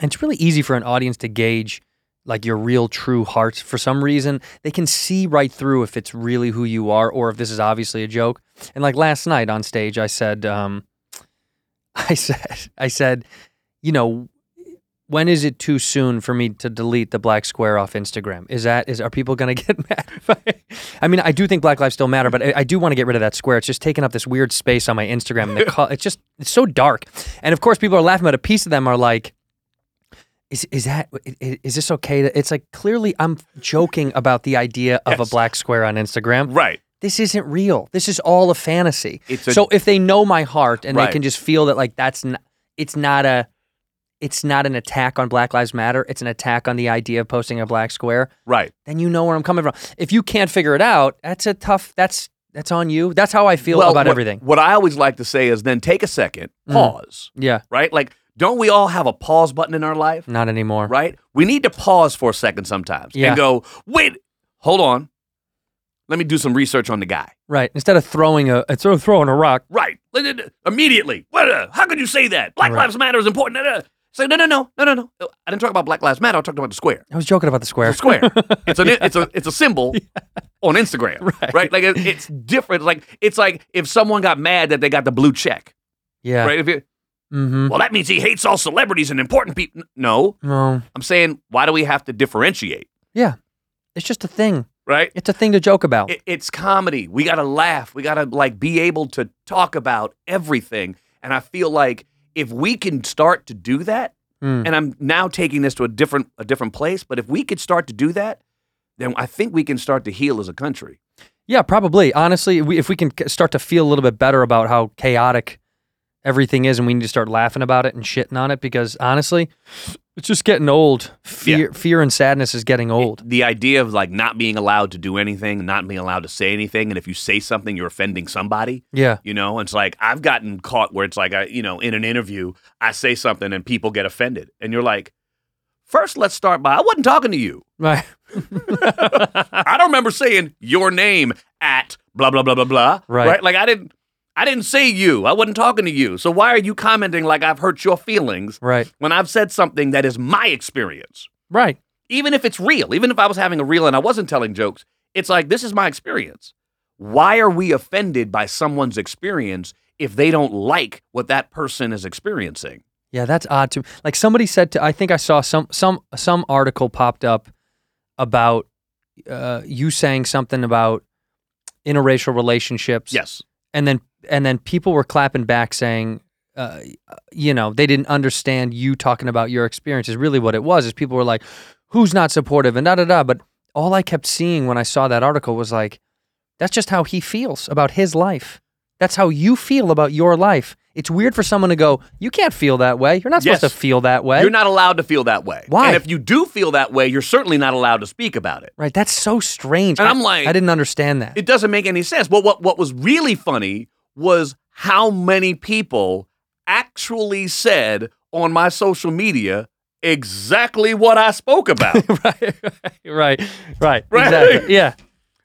S1: it's really easy for an audience to gauge like your real true heart for some reason they can see right through if it's really who you are or if this is obviously a joke and like last night on stage i said um i said i said you know when is it too soon for me to delete the black square off instagram is that is are people going to get mad if I, I mean i do think black lives still matter but i, I do want to get rid of that square it's just taking up this weird space on my instagram and the co- it's just it's so dark and of course people are laughing but a piece of them are like is is that i- i- is this okay to, it's like clearly i'm joking about the idea of a black square on instagram
S9: Right.
S1: this isn't real this is all a fantasy
S9: It's a-
S1: so if they know my heart and
S9: Right.
S1: they can just feel that like that's not it's not a it's not an attack on Black Lives Matter, it's an attack on the idea of posting a black square,
S9: Right.
S1: then you know where I'm coming from. If you can't figure it out, that's a tough that's that's on you. That's how I feel about
S9: what,
S1: everything. Mm.
S9: What I always like to say is then take a second, pause,
S1: Yeah,
S9: right? Like, don't we all have a pause button in our life?
S1: not anymore.
S9: right? We need to pause for a second sometimes
S1: Yeah.
S9: and go, wait, hold on. Let me do some research on the guy.
S1: Right. Instead of throwing a instead of throwing a rock,
S9: Right. Let it- Immediately. What, uh, how could you say that? Black
S1: Right.
S9: Lives Matter is important. Uh, uh. Say, no, no, no, no, no, no. Oh, I didn't talk about Black Lives Matter. I talked about the square.
S1: I was joking about the square.
S9: The square. it's, an, it's, a, it's a symbol on Instagram, right? Like, it, it's different. Like, it's like if someone got mad that they got the blue check,
S1: Yeah.
S9: right? If it,
S1: Mm-hmm.
S9: well, that means he hates all celebrities and important people. No,
S1: No.
S9: I'm saying, why do we have to differentiate,
S1: Yeah. It's just a thing.
S9: right?
S1: It's a thing to joke about.
S9: it, it's comedy. We gotta laugh. We gotta like be able to talk about everything. And I feel like if we can start to do that,
S1: Mm.
S9: and I'm now taking this to a different a different place, but if we could start to do that, then I think we can start to heal as a country.
S1: Yeah, probably. Honestly, we, if we can c- start to feel a little bit better about how chaotic everything is, and we need to start laughing about it and shitting on it, because honestly, it's just getting old. Fear, fear, and sadness is getting old.
S9: The idea of like not being allowed to do anything, not being allowed to say anything, and if you say something, you're offending somebody.
S1: Yeah,
S9: You know, it's like I've gotten caught where it's like I, you know, in an interview, I say something and people get offended, and you're like, first, let's start by I wasn't talking to you.
S1: right.
S9: I don't remember saying your name at blah blah blah blah blah.
S1: Right.
S9: Like I didn't I didn't say you. I wasn't talking to you. So why are you commenting like I've hurt your feelings
S1: Right.
S9: when I've said something that is my experience?
S1: Right.
S9: Even if it's real, even if I was having a reel and I wasn't telling jokes, it's like this is my experience. Why are we offended by someone's experience if they don't like what that person is experiencing?
S1: Yeah, that's odd to me. Like somebody said to, I think I saw some some some article popped up about uh, you saying something about interracial relationships.
S9: Yes.
S1: and then and then people were clapping back saying uh, you know they didn't understand you talking about your experience is really what it was is people were like who's not supportive and da da da but all i kept seeing when i saw that article was like that's just how he feels about his life that's how you feel about your life it's weird for someone to go you can't feel that way you're not supposed
S9: Yes.
S1: to feel that way
S9: You're not allowed to feel that way.
S1: Why?
S9: And if you do feel that way, you're certainly not allowed to speak about it.
S1: right that's so strange
S9: And
S1: I-
S9: I'm like-
S1: i didn't understand that
S9: it doesn't make any sense. Well, what what was really funny was how many people actually said on my social media exactly what I spoke about.
S1: right right right
S9: Right.
S1: exactly. yeah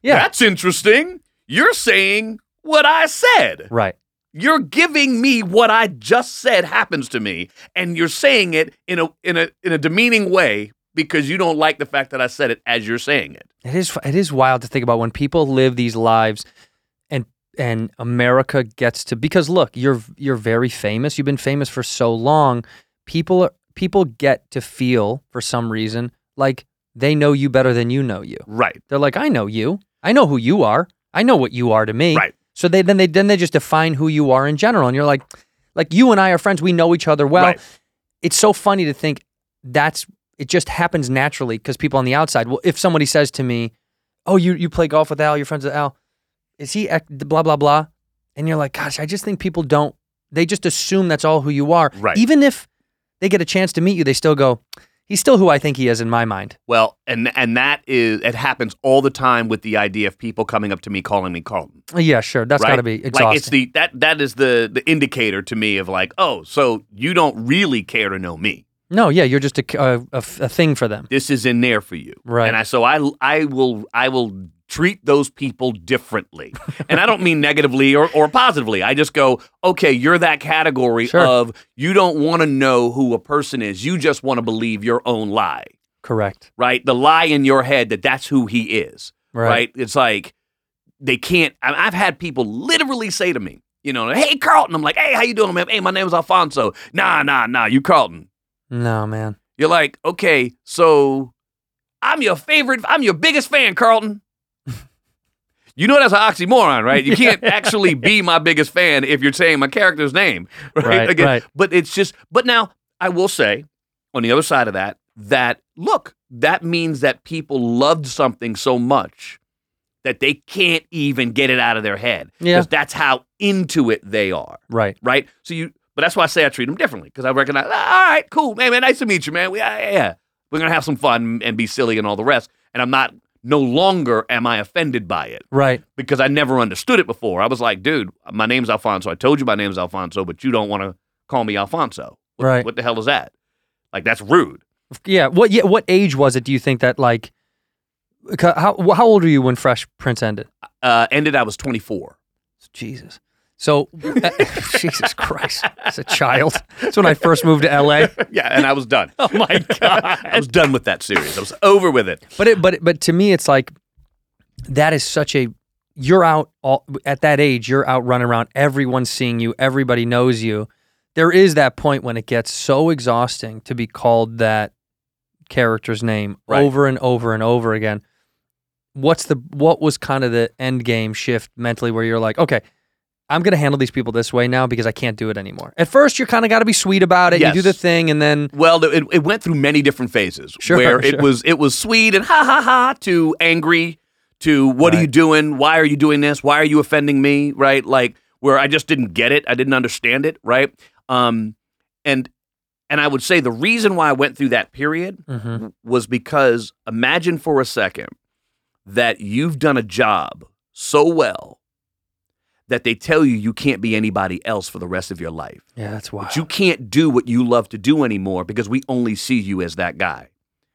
S1: yeah
S9: That's interesting. You're saying what I said.
S1: right
S9: You're giving me what I just said happens to me, and you're saying it in a in a in a demeaning way because you don't like the fact that I said it as you're saying it.
S1: It is it is wild to think about when people live these lives and and America gets to because look, you're you're very famous. You've been famous for so long. People people get to feel for some reason like they know you better than you know you.
S9: Right.
S1: They're like, "I know you. I know who you are. I know what you are to me."
S9: Right.
S1: So they then they then they just define who you are in general and you're like like you and I are friends. We know each other well
S9: Right.
S1: it's so funny to think that's it just happens naturally because people on the outside. Well, if somebody says to me, "Oh, you you play golf with Al? You're friends with Al? Is he ec- blah blah blah?" and you're like, "Gosh, I just think people don't. They just assume that's all who you are.
S9: Right.
S1: Even if they get a chance to meet you, they still go, "He's still who I think he is in my mind."
S9: Well, and and that is it happens all the time with the idea of people coming up to me calling me Carlton.
S1: Yeah, sure. That's
S9: right?
S1: got to be exhausting.
S9: Like it's the that that is the the indicator to me of like, oh, so you don't really care to know me.
S1: no, yeah, you're just a, c- uh, a- a f- a thing for them.
S9: This is in there for you.
S1: Right.
S9: And I so I I will I will treat those people differently. and I don't mean negatively or, or positively. I just go, okay, you're that category
S1: Sure.
S9: of you don't want to know who a person is. You just want to believe your own lie.
S1: Correct.
S9: right? The lie in your head that that's who he is,
S1: Right.
S9: right? It's like they can't. I, I've had people literally say to me, you know, "Hey, Carlton." I'm like, "Hey, how you doing, man? Hey, my name is Alfonso." Nah, nah, nah. You Carlton.
S1: No, man.
S9: You're like, okay, so I'm your favorite. I'm your biggest fan, Carlton. You know that's an oxymoron, right? You can't actually be my biggest fan if you're saying my character's name, right?
S1: Right, right.
S9: But it's just. But now I will say, on the other side of that, that look, that means that people loved something so much that they can't even get it out of their head
S1: Yeah.
S9: that's how into it they are
S1: Right.
S9: right? So you But that's why I say I treat them differently because I recognize, "Ah, all right, cool, man, man, nice to meet you, man. We, yeah, yeah, we're gonna have some fun and be silly and all the rest. And I'm not. No longer am I offended by it
S1: Right.
S9: because I never understood it before. I was like, dude, my name's Alfonso. I told you my name's Alfonso, but you don't want to call me Alfonso. What,
S1: Right.
S9: What the hell is that? Like that's rude.
S1: Yeah. What yeah, what age was it do you think that like ca- how wh- how old were you when Fresh Prince ended?
S9: Uh, ended. I was 24.
S1: Jesus. So Jesus Christ. As a child. That's when I first moved to LA.
S9: Yeah, and I was done. oh my god, I was done with that series. I was over with it.
S1: But it but it- but to me it's like that is such a you're out all at that age, you're out running around, everyone's seeing you, everybody knows you. There is that point when it gets so exhausting to be called that character's name
S9: Right.
S1: over and over and over again. What's the what was kind of the end game shift mentally where you're like, okay, I'm gonna handle these people this way now because I can't do it anymore. At first, you kind of got to be sweet about it. You do
S9: Yes.
S1: the thing, and then
S9: Well, th- it, it went through many different phases
S1: Sure,
S9: where it
S1: sure.
S9: was it was sweet and ha ha ha to angry to what are you doing? Why are you doing this? Why are you offending me? Right? Like where I just didn't get it. I didn't understand it. Right? Um, and and I would say the reason why I went through that period
S1: Mm-hmm.
S9: w- was because imagine for a second that you've done a job so well that they tell you you can't be anybody else for the rest of your life.
S1: yeah, that's wild.
S9: But you can't do what you love to do anymore because we only see you as that guy.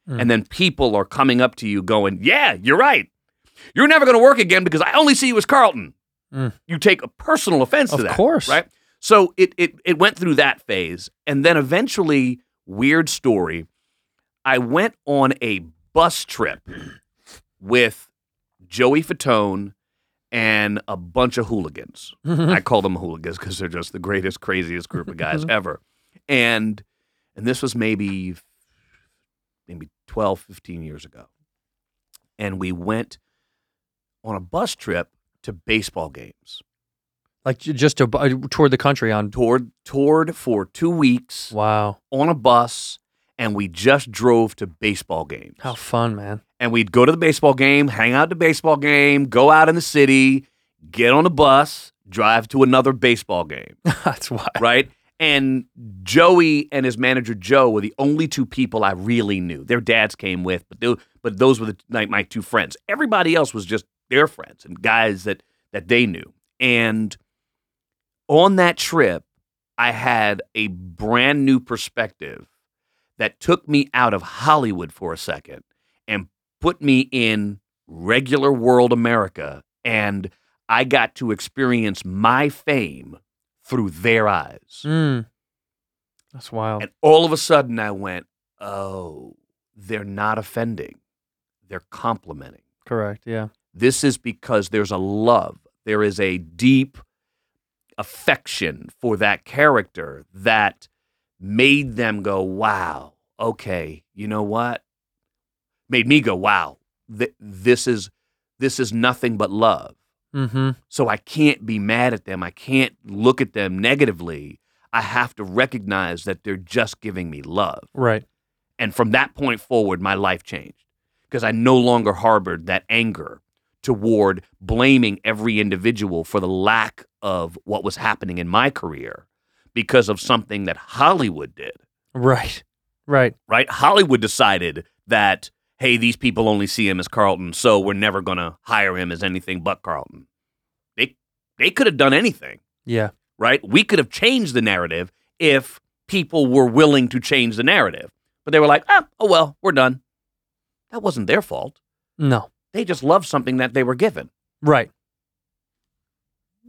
S9: And then people are coming up to you going, Yeah, you're right. You're never going to work again because I only see you as Carlton. You take a personal offense
S1: Mm. Of
S9: to that.
S1: course.
S9: Right? So it, it, it went through that phase. And then eventually, weird story, I went on a bus trip with Joey Fatone and a bunch of hooligans. I call them hooligans because they're just the greatest, craziest group of guys ever. And and this was maybe maybe 12, 15 years ago. And we went on a bus trip to baseball games.
S1: like j- just to, bu- toward the country on
S9: Toured toured for two weeks
S1: wow,
S9: on a bus and we just drove to baseball games.
S1: how fun, man.
S9: and we'd go to the baseball game, hang out at the baseball game, go out in the city, get on a bus, drive to another baseball game,
S1: that's wild.
S9: right? And Joey and his manager Joe were the only two people I really knew. Their dads came with, but tho- but those were the, like my two friends. Everybody else was just their friends and guys that that they knew. And on that trip, I had a brand new perspective that took me out of Hollywood for a second and put me in regular world America. And I got to experience my fame through their eyes.
S1: Mm. That's wild.
S9: And all of a sudden, I went, oh, they're not offending, they're complimenting.
S1: Correct. Yeah.
S9: This is because there's a love, there is a deep affection for that character that made them go, wow, okay, you know what? Made me go, wow, th- this is this is nothing but love.
S1: Mm-hmm.
S9: So I can't be mad at them. I can't look at them negatively. I have to recognize that they're just giving me love.
S1: Right.
S9: And from that point forward, my life changed because I no longer harbored that anger toward blaming every individual for the lack of what was happening in my career because of something that Hollywood did,
S1: Right. Right.
S9: right? Hollywood decided that, hey, these people only see him as Carlton, so we're never going to hire him as anything but Carlton. They, they could have done anything
S1: Yeah.
S9: right? We could have changed the narrative if people were willing to change the narrative. But they were like, ah, oh, well, we're done. That wasn't their fault.
S1: No.
S9: They just loved something that they were given.
S1: Right.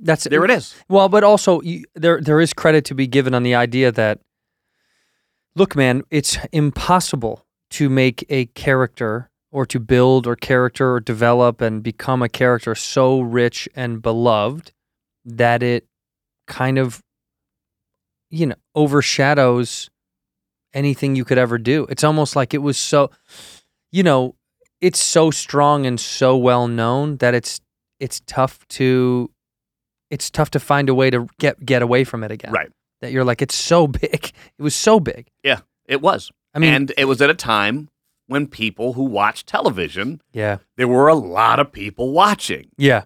S1: That's
S9: There it is.
S1: Well, but also you, there there is credit to be given on the idea that look, man, it's impossible to make a character or to build or character or develop and become a character so rich and beloved that it kind of you know overshadows anything you could ever do. It's almost like it was so you know, it's so strong and so well known that it's it's tough to it's tough to find a way to get get away from it again.
S9: Right.
S1: That you're like it's so big. It was so big.
S9: Yeah, it was.
S1: I mean-
S9: and it was at a time when people who watched television,
S1: Yeah.
S9: there were a lot of people watching.
S1: Yeah.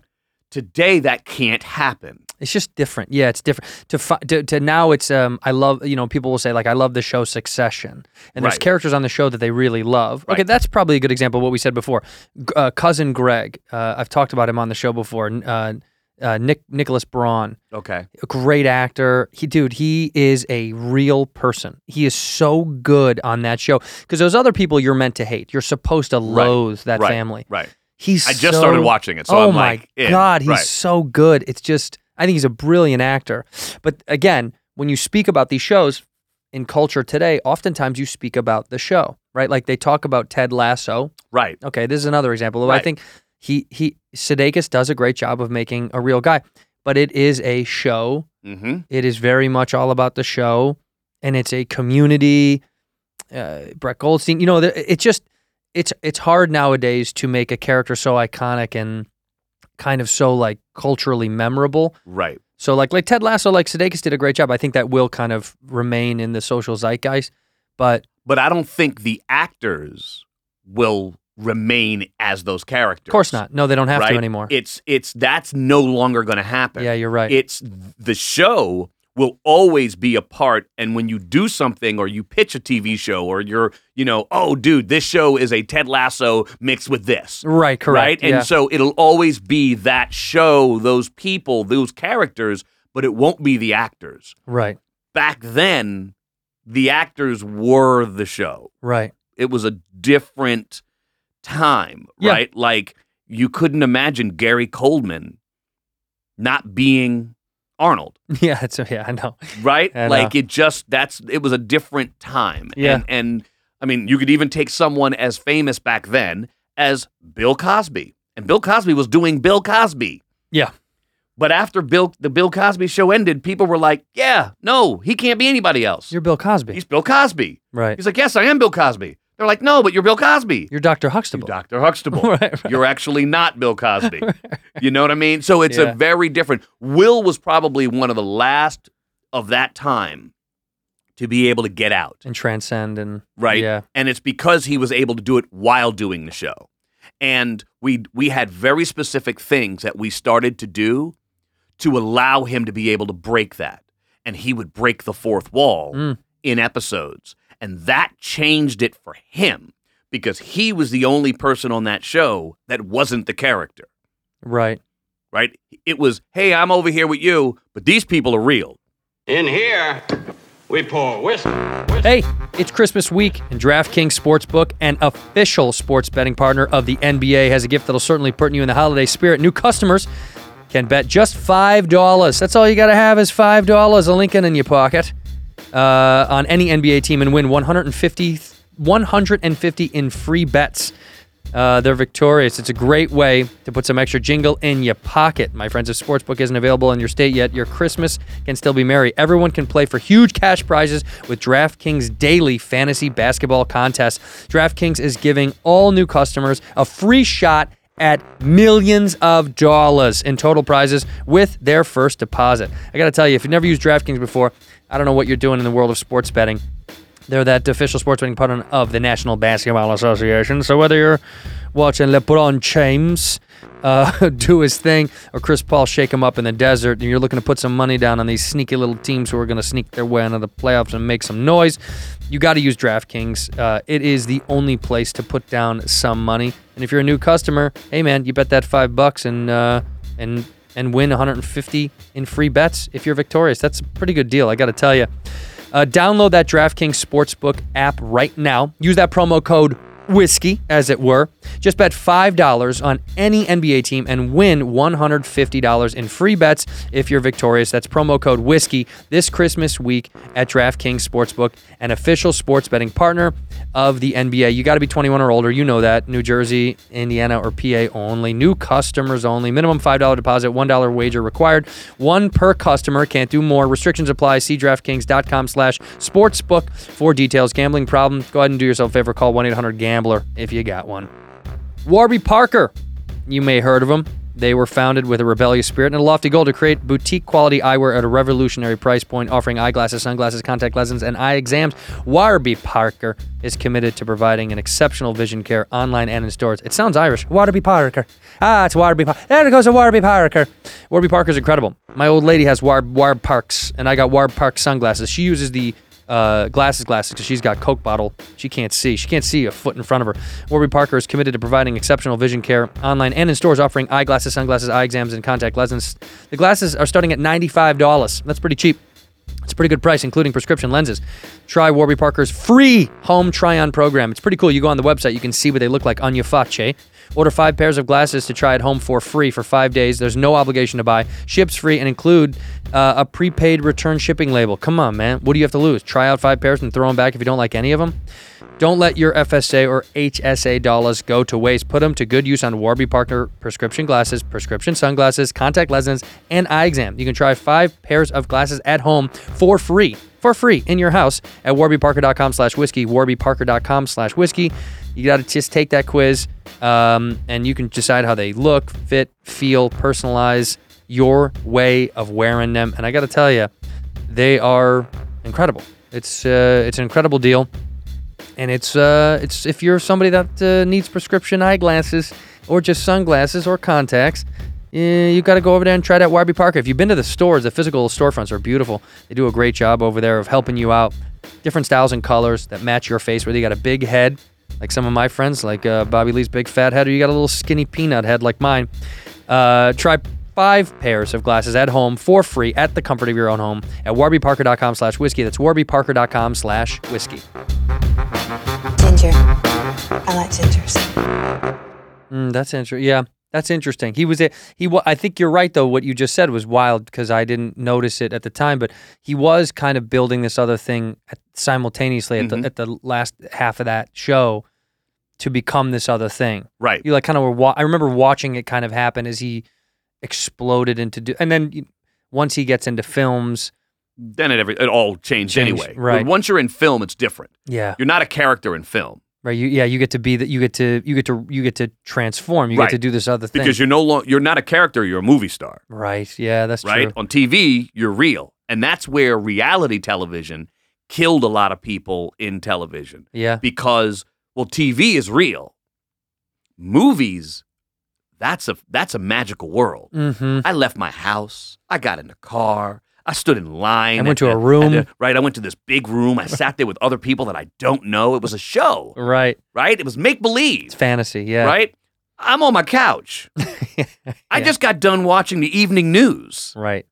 S9: Today, that can't happen.
S1: It's just different. Yeah, it's different. To fi- to, to now, it's um. I love you know people will say like I love the show Succession, and there's
S9: Right.
S1: characters on the show that they really love. Okay,
S9: Right.
S1: that's probably a good example of what we said before. G- uh, cousin Greg, uh, I've talked about him on the show before. N- Uh, uh, Nick Nicholas Braun,
S9: Okay.
S1: a great actor. He, dude, he is a real person. He is so good on that show because those other people you're meant to hate. You're supposed to loathe that
S9: right,
S1: family.
S9: Right.
S1: He's.
S9: I just
S1: so-
S9: started watching it, so
S1: oh
S9: I'm
S1: my
S9: like, in.
S1: god, he's
S9: Right.
S1: so good. It's just, I think he's a brilliant actor. But again, when you speak about these shows in culture today, oftentimes you speak about the show, right? Like they talk about Ted Lasso.
S9: Right.
S1: Okay, this is another example. Though I
S9: Right.
S1: think he he Sudeikis does a great job of making a real guy, but it is a show.
S9: Mm-hmm.
S1: It is very much all about the show, and it's a community. Uh, Brett Goldstein, you know, there- it just it's it's hard nowadays to make a character so iconic and kind of so like culturally memorable.
S9: Right.
S1: So like like Ted Lasso, like Sudeikis did a great job. I think that will kind of remain in the social zeitgeist. But
S9: But I don't think the actors will remain as those characters.
S1: of course not. No, they don't have
S9: right?
S1: to anymore.
S9: It's it's that's no longer going to happen.
S1: yeah, you're right.
S9: It's the show will always be a part and when you do something or you pitch a TV show or you're, you know, oh dude, this show is a Ted Lasso mixed with this.
S1: right, correct.
S9: Right? And
S1: yeah.
S9: so it'll always be that show, those people, those characters, but it won't be the actors.
S1: right,
S9: Back then, the actors were the show.
S1: right.
S9: It was a different time,
S1: Yeah.
S9: right? Like you couldn't imagine Gary Coldman not being Arnold,
S1: Yeah, it's yeah, I know.
S9: right?
S1: I know.
S9: like it just that's it was a different time.
S1: Yeah.
S9: And and I mean, you could even take someone as famous back then as Bill Cosby. And Bill Cosby was doing Bill Cosby.
S1: Yeah.
S9: But after Bill the Bill Cosby show ended, people were like, "Yeah, no, he can't be anybody else.
S1: You're Bill Cosby,
S9: He's Bill Cosby."
S1: right?
S9: He's like, "Yes, I am Bill Cosby." They're like, "No, but you're Bill Cosby."
S1: You're Doctor Huxtable.
S9: Dr. Huxtable.
S1: Right, right.
S9: You're actually not Bill Cosby. You know what I mean? So it's
S1: Yeah.
S9: a very different. Will was probably one of the last of that time to be able to get out,
S1: and transcend and
S9: right?
S1: Yeah,
S9: And it's because he was able to do it while doing the show. And we we had very specific things that we started to do to allow him to be able to break that. And he would break the fourth wall
S1: Mm.
S9: in episodes. And that changed it for him because he was the only person on that show that wasn't the character,
S1: right.
S9: right? It was, hey, I'm over here with you, but these people are real.
S2: In here, we pour whiskey.
S1: Hey, it's Christmas week, and DraftKings Sportsbook, an official sports betting partner of the NBA, has a gift that'll certainly put you in the holiday spirit. New customers can bet just $5. That's all you got to have is $5, a Lincoln in your pocket, uh, on any NBA team and win 150, 150 in free bets. Uh, they're victorious. It's a great way to put some extra jingle in your pocket. My friends, if Sportsbook isn't available in your state yet, your Christmas can still be merry. Everyone can play for huge cash prizes with DraftKings Daily Fantasy Basketball Contest. DraftKings is giving all new customers a free shot at millions of dollars in total prizes with their first deposit. I got to tell you, if you've never used DraftKings before, I don't know what you're doing in the world of sports betting. They're that official sports betting partner of the National Basketball Association. So whether you're watching LeBron James uh, do his thing or Chris Paul shake him up in the desert, and you're looking to put some money down on these sneaky little teams who are going to sneak their way into the playoffs and make some noise, you got to use DraftKings. Uh, it is the only place to put down some money. And if you're a new customer, hey man, you bet that five bucks and uh, and and win 150 in free bets if you're victorious. That's a pretty good deal, I got to tell you. Uh, download that DraftKings Sportsbook app right now. Use that promo code WHISKEY, as it were. Just bet $5 on any NBA team and win $150 in free bets if you're victorious. That's promo code WHISKEY this Christmas week at DraftKings Sportsbook, an official sports betting partner of the NBA. You got to be 21 or older. You know that. New Jersey, Indiana, or PA only. New customers only. Minimum $5 deposit, $1 wager required. One per customer. Can't do more. Restrictions apply. See DraftKings.com slash sportsbook for details. Gambling problem? Go ahead and do yourself a favor. Call 1-800-GAMBLER if you got one. Warby Parker. You may heard of him. They were founded with a rebellious spirit and a lofty goal to create boutique quality eyewear at a revolutionary price point, offering eyeglasses, sunglasses, contact lenses, and eye exams. Warby Parker is committed to providing an exceptional vision care online and in stores. It sounds Irish. Warby Parker. Ah, it's Warby Parker. There goes a Warby Parker. Warby Parker's incredible. My old lady has Warb, Warb Parks, and I got Warb Park sunglasses. She uses the uh, glasses, glasses, because she's got Coke bottle. She can't see. She can't see a foot in front of her. Warby Parker is committed to providing exceptional vision care online and in stores, offering eyeglasses, sunglasses, eye exams, and contact lenses. The glasses are starting at $95. That's pretty cheap. It's a pretty good price, including prescription lenses. Try Warby Parker's free home try-on program. It's pretty cool. You go on the website, you can see what they look like on your face. Order five pairs of glasses to try at home for free for five days. There's no obligation to buy. Ships free and include uh, a prepaid return shipping label. Come on, man. What do you have to lose? Try out five pairs and throw them back if you don't like any of them. Don't let your FSA or HSA dollars go to waste. Put them to good use on Warby Parker prescription glasses, prescription sunglasses, contact lenses, and eye exam. You can try five pairs of glasses at home for free, for free in your house at warbyparker.com slash whiskey, warbyparker.com slash whiskey. You got to just take that quiz um, and you can decide how they look, fit, feel, personalize your way of wearing them. And I got to tell you, they are incredible. It's, uh, it's an incredible deal and it's uh, it's if you're somebody that uh, needs prescription eyeglasses or just sunglasses or contacts, eh, you got to go over there and try that Warby Parker. If you've been to the stores, the physical storefronts are beautiful. They do a great job over there of helping you out. Different styles and colors that match your face. Whether you got a big head, like some of my friends, like uh, Bobby Lee's big fat head, or you got a little skinny peanut head like mine. Uh, try five pairs of glasses at home for free at the comfort of your own home at warbyparker.com slash whiskey. That's warbyparker.com slash whiskey.
S8: Ginger. I like gingers.
S1: Mm, that's interesting. Yeah, that's interesting. He was a he. wa- I think you're right though. What you just said was wild because I didn't notice it at the time, but he was kind of building this other thing at, simultaneously at
S9: Mm-hmm.
S1: the at the last half of that show to become this other thing.
S9: Right.
S1: You like kind of were. Wa- I remember watching it kind of happen as he exploded into do- and then you- once he gets into films.
S9: Then it every it all changed,
S1: Changed,
S9: anyway.
S1: right.
S9: Once you're in film, it's different.
S1: Yeah.
S9: You're not a character in film
S1: Right. You, yeah. You get to be that. You get to. You get to. You get to transform. You
S9: Right.
S1: get to do this other thing.
S9: because you're no longer you're not a character. You're a movie star.
S1: right. Yeah. That's
S9: right?
S1: true.
S9: On TV, you're real. And that's where reality television killed a lot of people in television
S1: Yeah.
S9: because well TV is real. Movies that's a that's a magical world.
S1: Mm-hmm.
S9: I left my house. I got in the car. I stood in line.
S1: I went
S9: at
S1: to a
S9: the-
S1: room.
S9: at the- right, I went to this big room. I sat there with other people that I don't know. It was a show,
S1: Right.
S9: right? It was make
S1: It's
S9: believe,
S1: fantasy. Yeah.
S9: right? I'm on my couch. I just got done watching the evening news.
S1: Right.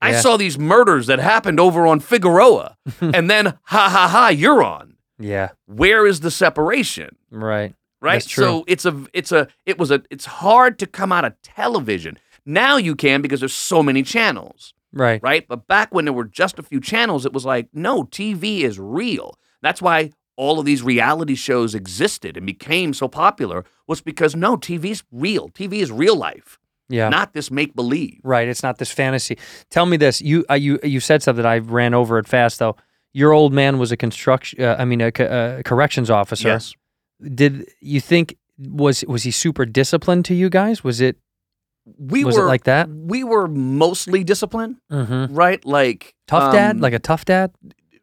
S9: I
S1: Yeah.
S9: saw these murders that happened over on Figueroa, and then ha ha ha, you're on.
S1: Yeah.
S9: Where is the separation?
S1: Right.
S9: Right.
S1: That's true.
S9: So it's a it's a it was a it's hard to come out of television. Now you can because there's so many channels,
S1: Right.
S9: right? But back when there were just a few channels, it was like no, TV is real. That's why all of these reality shows existed and became so popular was because no, TV's real. TV is real life,
S1: Yeah.
S9: not this make believe.
S1: right. It's not this fantasy. Tell me this. You uh, you you said something. I ran over it fast though. Your old man was a construction. Uh, I mean, a, co- uh corrections officer.
S9: Yes.
S1: Did you think was was he super disciplined to you guys? Was it?
S9: We
S1: Was it
S9: were
S1: like that?
S9: We were mostly disciplined.
S1: Mm-hmm.
S9: right? Like
S1: Tough dad,
S9: um,
S1: like a tough dad.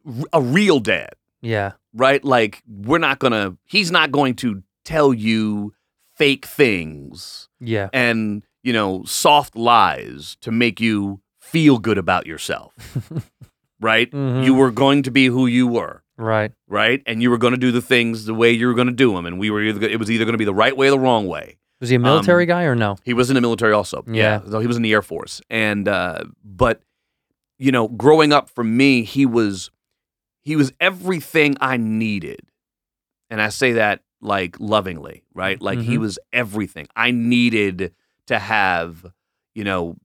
S9: r- a real dad,
S1: Yeah.
S9: right? Like we're not gonna, he's not going to tell you fake things
S1: Yeah.
S9: and you know soft lies to make you feel good about yourself, right?
S1: Mhm.
S9: You were going to be who you were.
S1: Right.
S9: Right, and you were going to do the things the way you were going to do them, and we were either it was either going to be the right way or the wrong way.
S1: Was he a military guy or no?
S9: He was in the military also.
S1: Yeah.
S9: So he was in the Air Force. And uh, but you know, growing up for me, he was he was everything I needed. And I say that like lovingly, right? Like he
S1: Mhm.
S9: was everything. I needed to have, you know,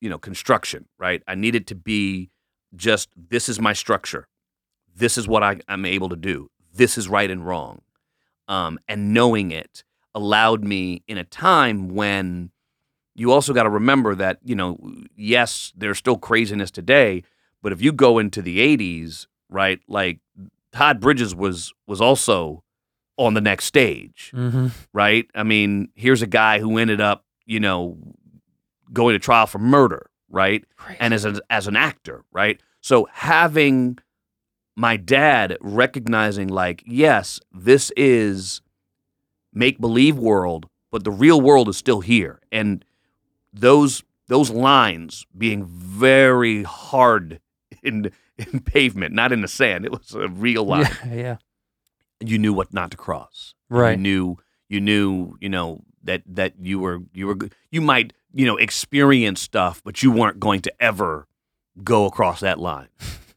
S9: you know, construction, right? I needed to be just this is my structure. This is what I, I'm able to do. This is right and wrong. Um, and knowing it allowed me in a time when you also got to remember that, you know, yes, there's still craziness today, but if you go into the 80s, right, like Todd Bridges was was also on the next stage,
S1: Mm-hmm.
S9: right? I mean, here's a guy who ended up you know, going to trial for murder, right? And as an, as an actor, right? So having my dad recognizing like, yes, this is make believe world, but the real world is still here. And those those lines being very hard in in pavement, not in the sand. It was a real line.
S1: Yeah, yeah.
S9: You knew what not to cross.
S1: Right.
S9: You knew you knew, you know, that that you were you were g- you might, you know, experience stuff, but you weren't going to ever go across that line.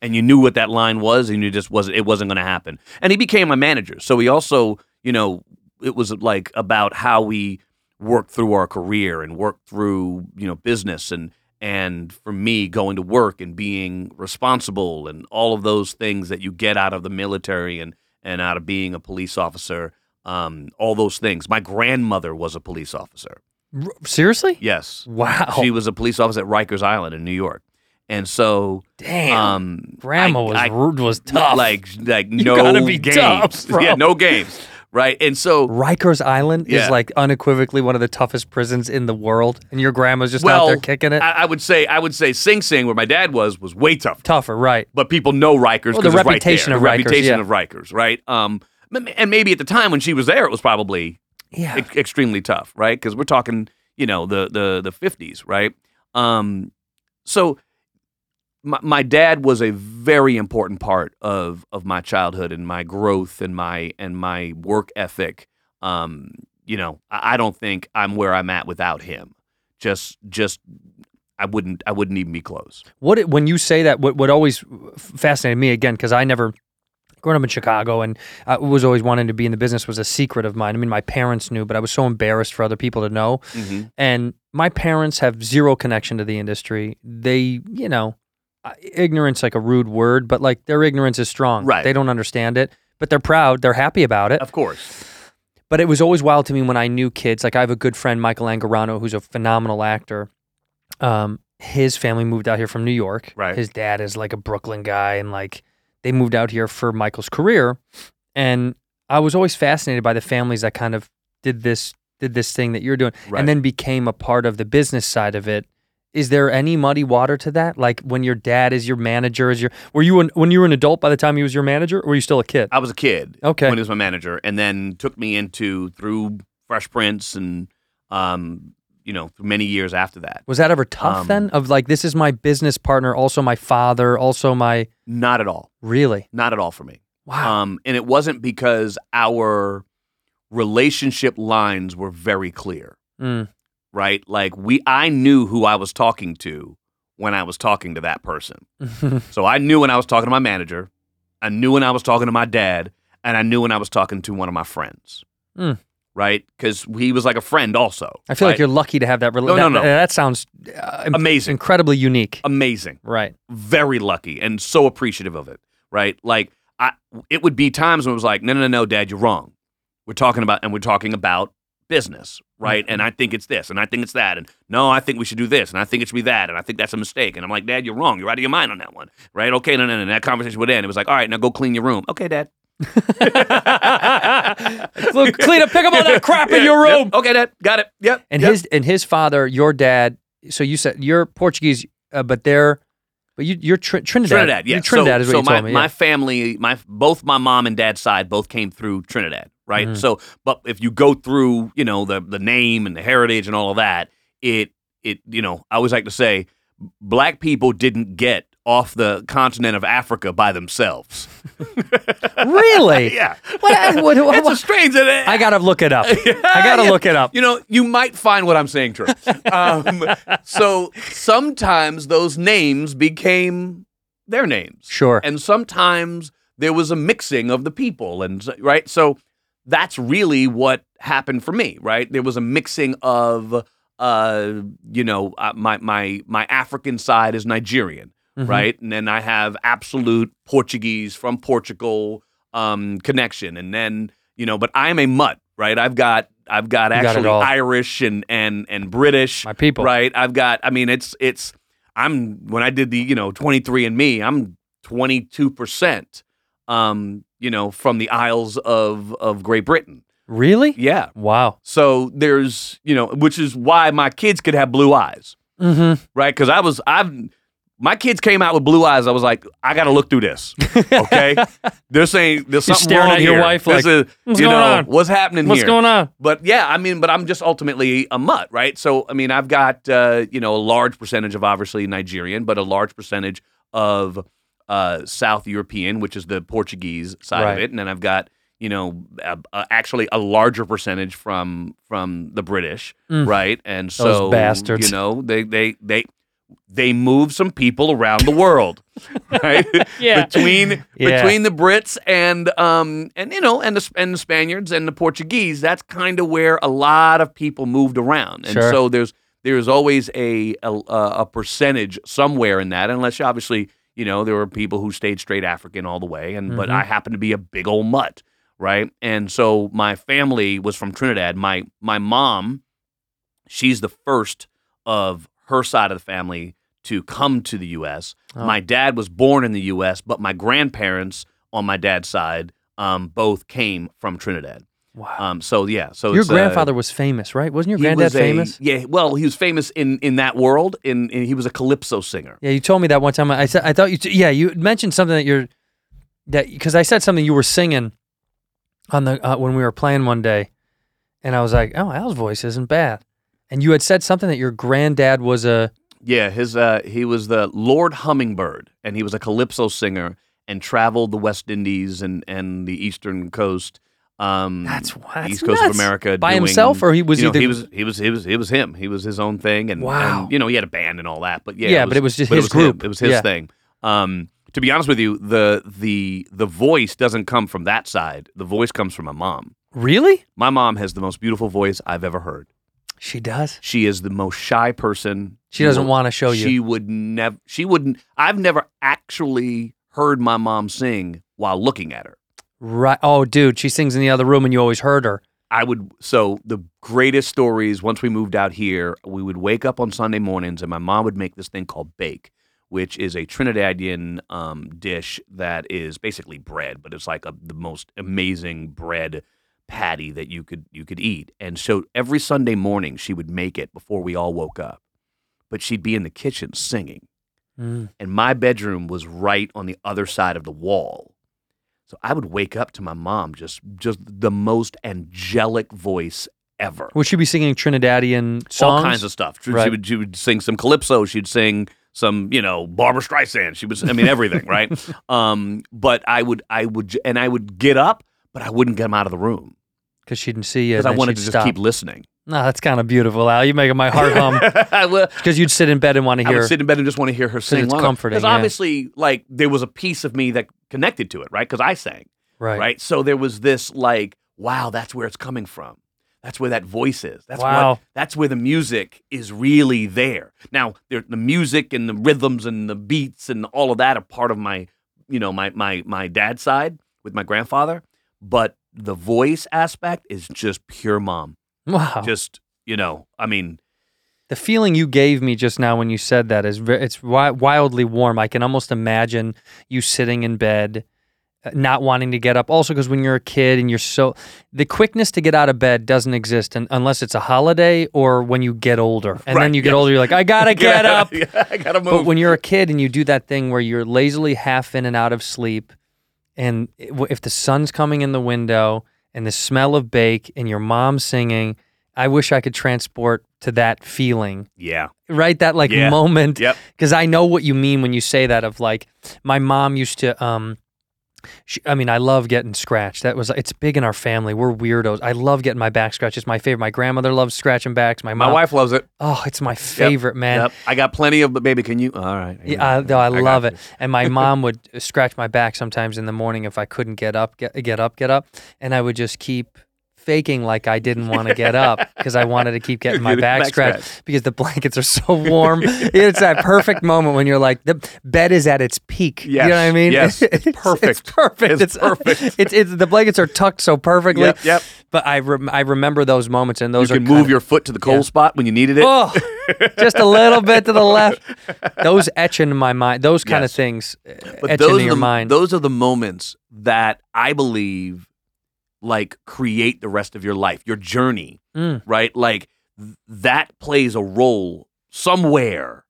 S9: And you knew what that line was, and you just wasn't. It wasn't going to happen. And he became my manager, so he also, you know, it was like about how we worked through our career and worked through, you know, business and and for me going to work and being responsible and all of those things that you get out of the military and and out of being a police officer, um, all those things. My grandmother was a police officer.
S1: R- seriously?
S9: Yes.
S1: Wow.
S9: She was a police officer at Rikers Island in New York. And so
S1: Damn.
S9: um
S1: Grandma
S9: I-
S1: was
S9: I-
S1: rude was tough.
S9: Like like
S1: You
S9: no
S1: gotta be
S9: games.
S1: tough, bro.
S9: Yeah, no games. Right. And so
S1: Rikers Island
S9: Yeah.
S1: is like unequivocally one of the toughest prisons in the world, and your grandma's just out
S9: well
S1: there kicking it.
S9: I, I would say I would say Sing Sing, where my dad was, was way tough.
S1: Tougher, right?
S9: but people know Rikers
S1: Well,
S9: because
S1: the
S9: it's
S1: reputation
S9: right
S1: of
S9: there.
S1: Rikers,
S9: the reputation
S1: yeah.
S9: of Rikers, right? Um, m- and maybe at the time when she was there, it was probably
S1: Yeah.
S9: ex- extremely tough, right? Because we're talking, you know, the the the fifties, right? Um, so my my dad was a very important part of of my childhood and my growth and my and my work ethic. Um, you know, I, I don't think I'm where I'm at without him. Just just I wouldn't I wouldn't even be close.
S1: What it- when you say that? What what always fascinated me again because I never growing up in Chicago and I was always wanting to be in the business was a secret of mine. I mean, my parents knew, but I was so embarrassed for other people to know.
S9: Mm-hmm.
S1: And my parents have zero connection to the industry. They, you know, I- ignorance like a rude word, but like their ignorance is strong.
S9: Right.
S1: They don't understand it, but they're proud. They're happy about it.
S9: Of course.
S1: But it was always wild to me when I knew kids. Like I have a good friend, Michael Angarano, who's a phenomenal actor. Um, his family moved out here from New York.
S9: Right.
S1: His dad is like a Brooklyn guy, and like they moved out here for Michael's career. And I was always fascinated by the families that kind of did this did this thing that you're doing,
S9: Right.
S1: and then became a part of the business side of it. Is there any muddy water to that? Like when your dad is your manager, is your were you an, when you were an adult by the time he was your manager, or were you still a kid?
S9: I was a kid.
S1: Okay.
S9: When he was my manager, and then took me into through Fresh Prince and um, you know, through many years after that.
S1: Was that ever tough
S9: Um,
S1: then? Of like, this is my business partner, also my father, also my
S9: Not at all.
S1: really
S9: Not at all for me.
S1: wow.
S9: Um, and it wasn't because our relationship lines were very clear,
S1: Mm,
S9: right? Like we I knew who I was talking to when I was talking to that person. So I knew when I was talking to my manager, I knew when I was talking to my dad, and I knew when I was talking to one of my friends.
S1: Mm.
S9: Right? Because he was like a friend also.
S1: I feel like
S9: right?
S1: you're lucky to have that. Rela-
S9: No,
S1: that,
S9: no, no.
S1: That sounds uh, im-
S9: Amazing.
S1: incredibly unique.
S9: amazing,
S1: right.
S9: very lucky, and so appreciative of it. Right? Like I, it would be times when it was like, no, no, no, no, Dad, you're wrong. We're talking about, and we're talking about business, right? And I think it's this, and I think it's that, and no, I think we should do this, and I think it should be that, and I think that's a mistake. And I'm like, Dad, you're wrong. You're out of your mind on that one, right? Okay, no, no, no. And that conversation would end. It was like, all right, now go clean your room. Okay, Dad.
S1: Look, clean up, pick up all that crap in
S9: Yeah,
S1: your
S9: yep.
S1: room.
S9: Okay, Dad. Got it. Yep.
S1: And
S9: yep.
S1: his and his father, your dad. So you said you're Portuguese, uh, but they're but you you're Tr- Trinidad.
S9: Trinidad,
S1: You're
S9: yeah.
S1: Trinidad
S9: so,
S1: is what
S9: so
S1: you
S9: my,
S1: told me. yeah.
S9: my family, my both my mom and dad's side both came through Trinidad,
S1: Mm-hmm.
S9: right? So, but if you go through, you know, the the name and the heritage and all of that, it it you know, I always like to say, black people didn't get off the continent of Africa by themselves.
S1: really?
S9: Yeah,
S1: What? what, what,
S9: it's a strange.
S1: I gotta look it up. I gotta
S9: Yeah.
S1: look it up.
S9: You know, you might find what I'm saying true. um, so sometimes those names became their names.
S1: Sure.
S9: And sometimes there was a mixing of the people, and so- right. So that's really what happened for me. Right. There was a mixing of, uh, you know, uh, my my my African side is Nigerian,
S1: Mm-hmm.
S9: right, and then I have absolute Portuguese from Portugal um, connection, and then you know, but I'm a mutt, right? I've got I've got
S1: got it
S9: actually
S1: all.
S9: Irish and and and British,
S1: My people.
S9: right? I've got. I mean, it's it's. I'm when I did the you know 23 and Me, I'm 22 percent, um, you know, from the Isles of of Great Britain,
S1: Really?
S9: Yeah.
S1: Wow.
S9: So there's, you know, which is why my kids could have blue eyes,
S1: Mm-hmm.
S9: right? Because I was, I've, my kids came out with blue eyes. I was like, I got to look through this, okay? They're saying there's
S1: You're
S9: something
S1: staring
S9: wrong
S1: at your
S9: here.
S1: wife like,
S9: This is-
S1: "What's
S9: you
S1: going
S9: know,
S1: on?
S9: What's happening
S1: What's
S9: here?
S1: going on?
S9: But yeah, I mean, but I'm just ultimately a mutt, right? So I mean, I've got uh, you know a large percentage of obviously Nigerian, but a large percentage of uh, South European, which is the Portuguese side
S1: Right.
S9: of it, and then I've got you know a, a, actually a larger percentage from from the British, right? And so
S1: Mm. bastards.
S9: you know, they they they they move some people around the world, right?
S1: Yeah.
S9: Between
S1: Yeah.
S9: between the Brits and um and you know and the and the Spaniards and the Portuguese, that's kind of where a lot of people moved around, and
S1: Sure.
S9: so there's there's always a, a a percentage somewhere in that, unless you obviously you know there were people who stayed straight African all the way, and but I happen to be a big old mutt, right? And so my family was from Trinidad. My my mom she's the first of her side of the family to come to the U.S.
S1: Oh.
S9: My dad was born in the U.S., but my grandparents on my dad's side um, both came from Trinidad.
S1: Wow.
S9: Um, so yeah, so
S1: Your
S9: it's, uh,
S1: grandfather was famous, right? Wasn't your
S9: he
S1: granddad
S9: was a-
S1: famous?
S9: Yeah, well, he was famous in in that world, and he was a calypso singer.
S1: Yeah, you told me that one time. I said I thought you. T- yeah, you mentioned something that you're that because I said something you were singing on the uh, when we were playing one day, and I was like, "Oh, Al's voice isn't bad." And you had said something that your granddad was a
S9: Yeah, his uh, he was the Lord Hummingbird, and he was a calypso singer and traveled the West Indies and and the Eastern Coast. Um,
S1: That's wha- that's
S9: East Coast
S1: nuts.
S9: of America
S1: By
S9: doing-
S1: himself, or he was
S9: you know,
S1: either-
S9: he was he was he was he was him. He was his own thing, and,
S1: Wow.
S9: and, you know he had a band and all that. But yeah,
S1: Yeah, but it was just his
S9: him.
S1: group.
S9: It was his
S1: Yeah.
S9: thing. Um, to be honest with you, the the the voice doesn't come from that side. The voice comes from my mom.
S1: really.
S9: My mom has the most beautiful voice I've ever heard.
S1: She does.
S9: She is the most shy person.
S1: She doesn't
S9: will-
S1: wanna show you.
S9: She would never. She wouldn't. I've never actually heard my mom sing while looking at her.
S1: Right. Oh, dude, she sings in the other room, and you always heard her.
S9: I would. So the greatest stories. Once we moved out here, we would wake up on Sunday mornings, and my mom would make this thing called bake, which is a Trinidadian um, dish that is basically bread, but it's like a, the most amazing bread patty that you could you could eat. And so every Sunday morning, she would make it before we all woke up. But she'd be in the kitchen singing.
S1: Mm.
S9: and my bedroom was right on the other side of the wall. So I would wake up to my mom just just the most angelic voice ever.
S1: Would she be singing Trinidadian songs?
S9: All kinds of stuff. She,
S1: Right.
S9: she would she would sing some calypso, she'd sing some, you know, Barbara Streisand. She was I mean everything, right? Um but I would I would j- and I would get up, but I wouldn't get him out of the room
S1: because she didn't see you.
S9: because
S1: and
S9: I
S1: then
S9: wanted to
S1: she'd
S9: just
S1: stop.
S9: keep listening.
S1: No, that's kind of beautiful, Al. You're making my heart hum
S9: I would-
S1: because you'd sit in bed and want to
S9: I
S1: hear.
S9: would sit in bed and just want to hear her sing.
S1: it's comforting,
S9: Because
S1: yeah.
S9: obviously, like there was a piece of me that connected to it, right? Because I sang.
S1: right.
S9: right? So there was this like, wow, that's where it's coming from. That's where that voice is. That's
S1: Wow.
S9: what, that's where the music is really there. Now, there, the music and the rhythms and the beats and all of that are part of my, you know, my my my dad's side with my grandfather, but the voice aspect is just pure mom.
S1: Wow.
S9: Just, you know, I mean,
S1: The feeling you gave me just now when you said that is ve- it's wi- wildly warm. I can almost imagine you sitting in bed, uh, not wanting to get up. Also, because when you're a kid and you're so the quickness to get out of bed doesn't exist un unless it's a holiday or when you get older. And then
S9: Right,
S1: you get
S9: yes.
S1: older, you're like, I gotta get up.
S9: Yeah, I got to move.
S1: But when you're a kid and you do that thing where you're lazily half in and out of sleep, and it- w- if the sun's coming in the window and the smell of bake and your mom singing, I wish I could transport to that feeling
S9: yeah.
S1: right that like
S9: Yeah.
S1: moment
S9: Yep.
S1: because i know what you mean when you say that of like my mom used to um she, i mean i love getting scratched that was it's big in our family we're weirdos i love getting my back scratched it's my favorite my grandmother loves scratching backs my,
S9: My
S1: mom,
S9: wife loves it.
S1: oh it's my favorite man
S9: Yep. I got plenty of, but baby, can you? All right.
S1: yeah, uh, I, no, I
S9: got
S1: love
S9: you.
S1: it. And my mom would scratch my back sometimes in the morning if I couldn't get up, get, get up, get up, and I would just keep faking like I didn't want to get up because I wanted to keep getting my
S9: You're getting
S1: back
S9: back
S1: scratched because the blankets are so warm. it's that perfect moment when you're like the bed is at its peak. you know what I
S9: Yes,
S1: mean?
S9: yes.
S1: it's, It's
S9: Perfect.
S1: perfect.
S9: It's perfect.
S1: It's, it's the blankets are tucked so perfectly.
S9: Yep, yep.
S1: But I rem- I remember those moments and those
S9: You
S1: are
S9: can move
S1: kinda-
S9: your foot to the cold
S1: yeah.
S9: spot when you needed it.
S1: Oh, just a little bit to the left. Those etch in my mind. Those kind of
S9: Yes.
S1: things uh,
S9: but
S1: etch
S9: those
S1: into
S9: are
S1: your
S9: the,
S1: mind.
S9: Those are the moments that I believe like create the rest of your life, your journey,
S1: Mm.
S9: right? Like th- that plays a role somewhere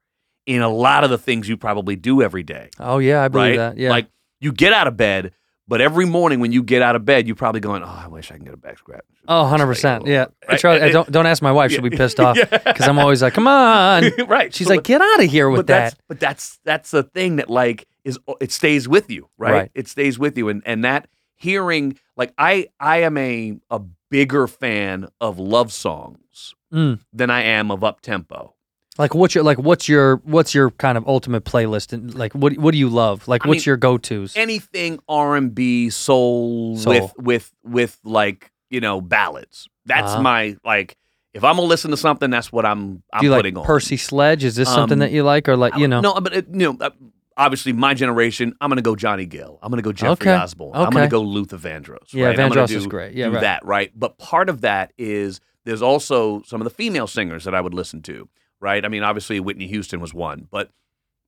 S9: in a lot of the things you probably do every day,
S1: Oh yeah, I believe
S9: right?
S1: that. Yeah.
S9: Like you get out of bed, but every morning when you get out of bed, you're probably going, "Oh, I wish I can get a back scratch."
S1: Oh, 100%. Yeah. I
S9: Right.
S1: try,
S9: And
S1: I
S9: it-
S1: don't don't ask my wife. She'll be pissed off because I'm always like, come on.
S9: Right.
S1: She's
S9: So,
S1: like, get out of here with
S9: but
S1: that.
S9: that's but that's that's the thing that like is it stays with you right?
S1: Right.
S9: it stays with you and and that hearing like i i am a a bigger fan of love songs
S1: Mm.
S9: than i am of up tempo
S1: Like what's your like what's your what's your kind of ultimate playlist and like what what do you love? Like
S9: I
S1: what's
S9: mean,
S1: your go tos?
S9: anything r&b soul,
S1: Soul.
S9: with with with like you know ballads that's
S1: Uh-huh.
S9: my like if i'm gonna listen to something that's what i'm i'm
S1: Do you like
S9: putting on
S1: Percy Sledge? Is this something
S9: Um,
S1: that you like or like you know?
S9: No, but it, you know, uh, obviously my generation. I'm gonna go Johnny Gill. I'm gonna go Jeffrey
S1: Okay.
S9: Osborne. I'm gonna
S1: Okay.
S9: go Luther Vandross.
S1: Yeah,
S9: right? I'm gonna
S1: Vandross is
S9: do-
S1: great. Yeah,
S9: do
S1: right.
S9: that right. But part of that is there's also some of the female singers that I would listen to. Right. I mean, obviously Whitney Houston was one, but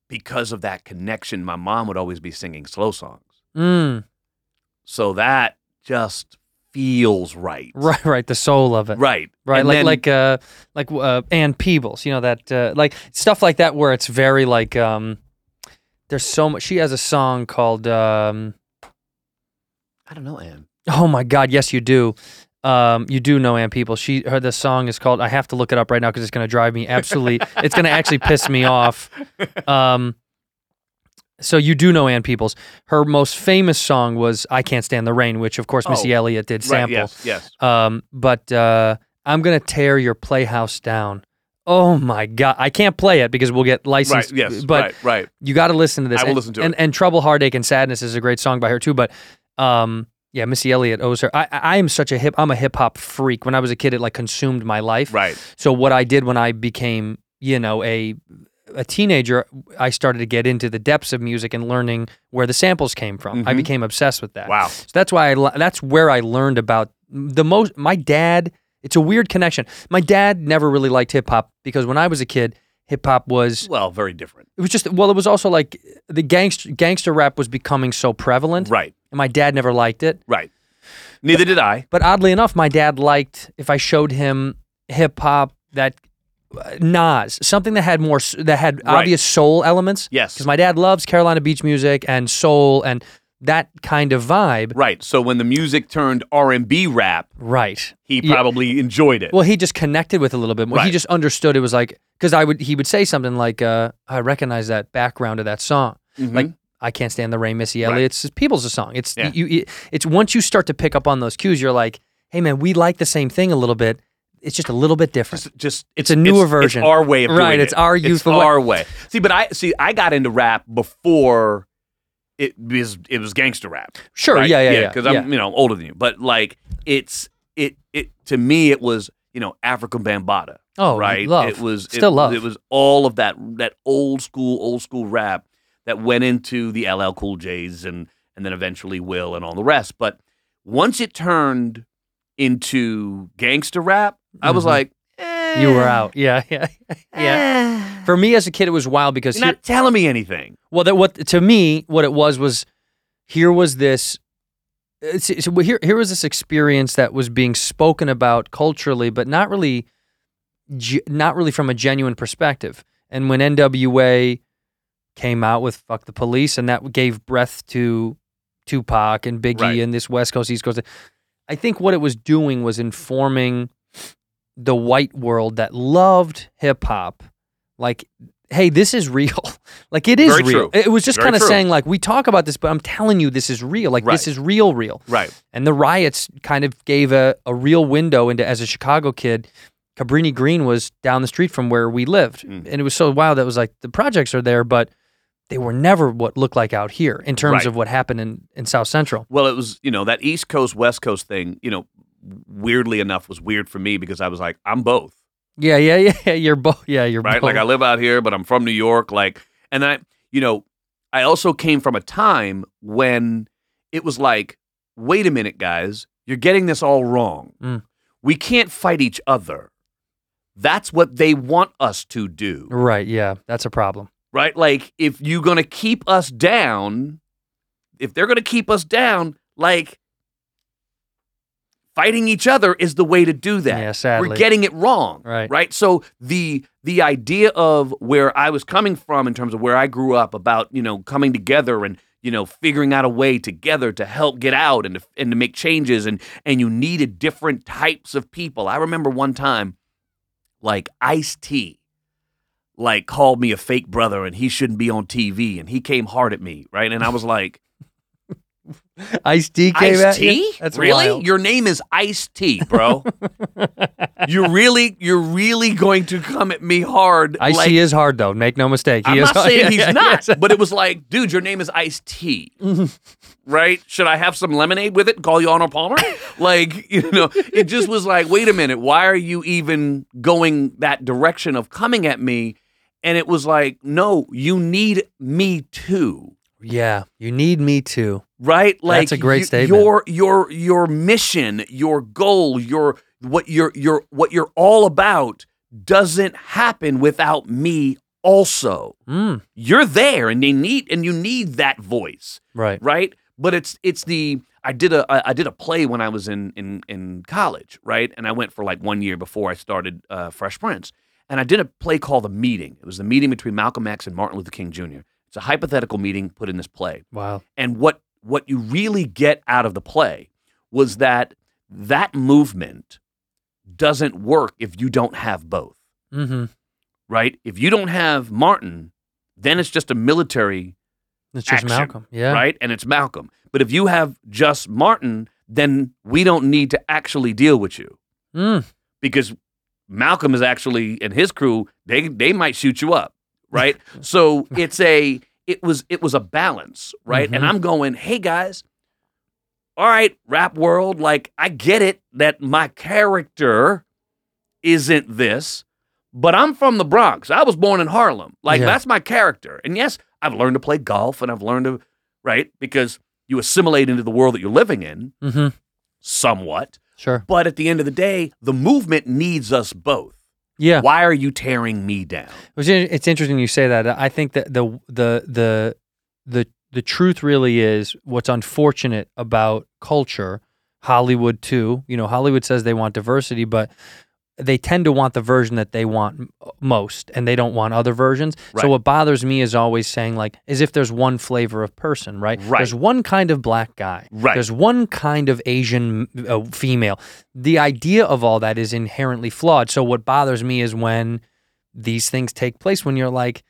S9: because of that connection, my mom would always be singing slow songs.
S1: Mm,
S9: So that just feels right.
S1: right, right. The soul of it.
S9: Right.
S1: Right,
S9: And
S1: like
S9: then-
S1: like uh like uh Ann Peebles, you know that uh, like stuff like that where it's very like um there's so much. She has a song called um
S9: I don't know, Ann.
S1: Oh my God! Yes, you do. Um, you do know Ann People. She her the song is called. I have to look it up right now because it's going to drive me absolutely. it's going to actually piss me off. Um, so you do know Ann Peoples. Her most famous song was "I Can't Stand the Rain," which of course Missy
S9: Oh,
S1: Elliott did
S9: Right,
S1: sample.
S9: yes. Yes.
S1: Um, but uh, I'm gonna tear your playhouse down. Oh my God! I can't play it because we'll get
S9: Right.
S1: licensed.
S9: Yes.
S1: but
S9: right. Right.
S1: you got to listen to this.
S9: I will
S1: and,
S9: listen to
S1: and,
S9: it.
S1: And Trouble, Heartache, and Sadness is a great song by her too. But um, yeah, Missy Elliott owes her. I, I I am such a hip. I'm a hip hop freak. When I was a kid, it like consumed my life.
S9: Right.
S1: So what I did when I became, you know, a a teenager, I started to get into the depths of music and learning where the samples came from. I became obsessed with that.
S9: Mm-hmm. Wow.
S1: So that's why I, le- that's where I learned about the most. My dad. It's a weird connection. My dad never really liked hip hop because when I was a kid, hip hop was
S9: Well, very different.
S1: it was just well, it was also like the gangster gangster rap was becoming so prevalent.
S9: Right.
S1: And my dad never liked it.
S9: Right. Neither did I.
S1: But oddly enough, my dad liked if I showed him hip hop that uh, Nas, something that had more s- that had
S9: Right.
S1: obvious soul elements.
S9: Yes.
S1: Because my dad loves Carolina Beach music and soul and that kind of vibe.
S9: Right. So when the music turned R and B rap,
S1: Right.
S9: he
S1: Yeah.
S9: probably enjoyed it.
S1: Well, he just connected with it a little bit more. He
S9: Right.
S1: just understood it was like because I would he would say something like, uh, "I recognize that background of that song." Like, "I can't stand the rain." Missy
S9: Mm-hmm. Right.
S1: Elliott's it's People's a song. It's
S9: Yeah.
S1: you, it- It's once you start to pick up on those cues, you're like, "Hey, man, we like the same thing a little bit. It's just a little bit different."
S9: just, just
S1: It's a newer version.
S9: It's our way of doing
S1: Right,
S9: it.
S1: it's our youthful way.
S9: It's our way. See, but I see. I got into rap before it was it was gangster rap.
S1: Sure, yeah, yeah, yeah,
S9: Because
S1: yeah.
S9: I'm you know older than you, but like it's it it to me it was you know African Bambata.
S1: Oh,
S9: right.
S1: love.
S9: It was it-
S1: Still love.
S9: It was all of that that old school old school rap that went into the LL Cool J's and and then eventually Will and all the rest. But once it turned into gangster rap, I was like, eh,
S1: Mm-hmm. you were out. Yeah, yeah, yeah. For me as a kid, it was wild because
S9: Ah. You're
S1: here,
S9: not telling me anything.
S1: Well, that what to me what it was was here was this. It's, it's- well, here, here was this experience that was being spoken about culturally, but not really, ge- not really from a genuine perspective. And when NWA came out with "Fuck the Police," and that gave breath to Tupac and Biggie
S9: Right.
S1: and this West Coast East Coast, I think what it was doing was informing the white world that loved hip hop, like, hey, this is real. like it is
S9: Very
S1: real.
S9: true.
S1: It was just
S9: Very
S1: kind of
S9: true.
S1: saying like we talk about this, but I'm telling you this is real. Like this
S9: Right.
S1: is real, real.
S9: Right.
S1: And the riots kind of gave a, a real window into as a Chicago kid. Cabrini Green was down the street from where we lived.
S9: Mm.
S1: And it was so wild that was like the projects are there, but they were never what looked like out here in terms
S9: Right.
S1: of what happened in, in South Central.
S9: Well, it was, you know, that East Coast, West Coast thing, you know, weirdly enough was weird for me because I was like, I'm both.
S1: Yeah, yeah, yeah. yeah, You're both. Yeah, you're
S9: right?
S1: both.
S9: Like I live out here, but I'm from New York. Like, and I, you know, I also came from a time when it was like, wait a minute, guys, you're getting this all wrong.
S1: Mm.
S9: We can't fight each other. That's what they want us to do,
S1: right. Yeah, that's a problem.
S9: right? Like, if you're gonna keep us down, if they're gonna keep us down, like, fighting each other is the way to do that.
S1: Yeah, sadly.
S9: We're getting it wrong.
S1: Right.
S9: Right. So the the idea of where I was coming from in terms of where I grew up about, you know, coming together and you know, figuring out a way together to help get out and to, and to make changes and and you needed different types of people. I remember one time like Ice T, like called me a fake brother and he shouldn't be on TV and he came hard at me, right? And I was like,
S1: Ice D came
S9: Ice
S1: at
S9: T?
S1: you? That's
S9: really?
S1: wild.
S9: Your name is Ice T, bro. you're really, you're really going to come at me hard.
S1: Ice
S9: like,
S1: T is hard though. Make no mistake. He
S9: I'm
S1: is
S9: not
S1: hard.
S9: saying
S1: Yeah,
S9: he's
S1: yeah,
S9: not,
S1: yes.
S9: but it was like, dude, your name is Ice T, right? Should I have some lemonade with it? and Call you Arnold Palmer? like, you know, it just was like, wait a minute, why are you even going that direction of coming at me? And it was like, no, you need me too
S1: Yeah, you need me too.
S9: right like
S1: That's a great
S9: y-
S1: statement.
S9: your your your mission your goal your what you're your what you're all about doesn't happen without me also
S1: Mm,
S9: you're there and they need and you need that voice
S1: right.
S9: right but it's it's the i did a I- i did a play when i was in in in college right and i went for like one year before i started uh, fresh prince and i did a play called the meeting it was the meeting between malcolm x and martin luther king jr it's a hypothetical meeting put in this play
S1: Wow.
S9: and what what you really get out of the play was that that movement doesn't work if you don't have both
S1: Mm-hmm.
S9: right if you don't have martin then it's just a military
S1: It's just
S9: Action,
S1: Malcolm. Yeah.
S9: right and it's malcolm but if you have just martin then we don't need to actually deal with you
S1: Mm,
S9: because Malcolm is actually and his crew they they might shoot you up, right? so it's a it was it was a balance, right? And
S1: Mhm.
S9: I'm going, "Hey guys, all right, rap world, like I get it that my character isn't this, but I'm from the Bronx. I was born in Harlem. Like
S1: Yeah.
S9: that's my character. And yes, I've learned to play golf and I've learned to right because you assimilate into the world that you're living in
S1: mm-hmm.
S9: somewhat.
S1: Sure.
S9: But at the end of the day, the movement needs us both.
S1: Yeah.
S9: Why are you tearing me down?
S1: It was in- It's interesting you say that. I think that the the the the the truth really is what's unfortunate about culture, Hollywood too. You know, Hollywood says they want diversity, but they tend to want the version that they want m- most, and they don't want other versions.
S9: Right.
S1: So what bothers me is always saying like, as if there's one flavor of person, right?
S9: Right.
S1: There's one kind of black guy.
S9: Right.
S1: There's one kind of Asian uh, female. The idea of all that is inherently flawed. So what bothers me is when these things take place when you're like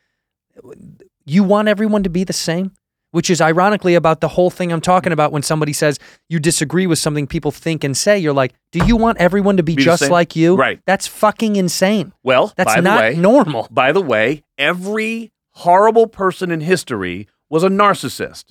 S1: you want everyone to be the same which is ironically about the whole thing I'm talking about when somebody says you disagree with something people think and say you're like do you want everyone to be,
S9: Be the
S1: just
S9: same?
S1: like you
S9: Right.
S1: that's fucking insane
S9: Well,
S1: that's
S9: by
S1: not
S9: the way,
S1: normal
S9: by the way, every horrible person in history was a narcissist.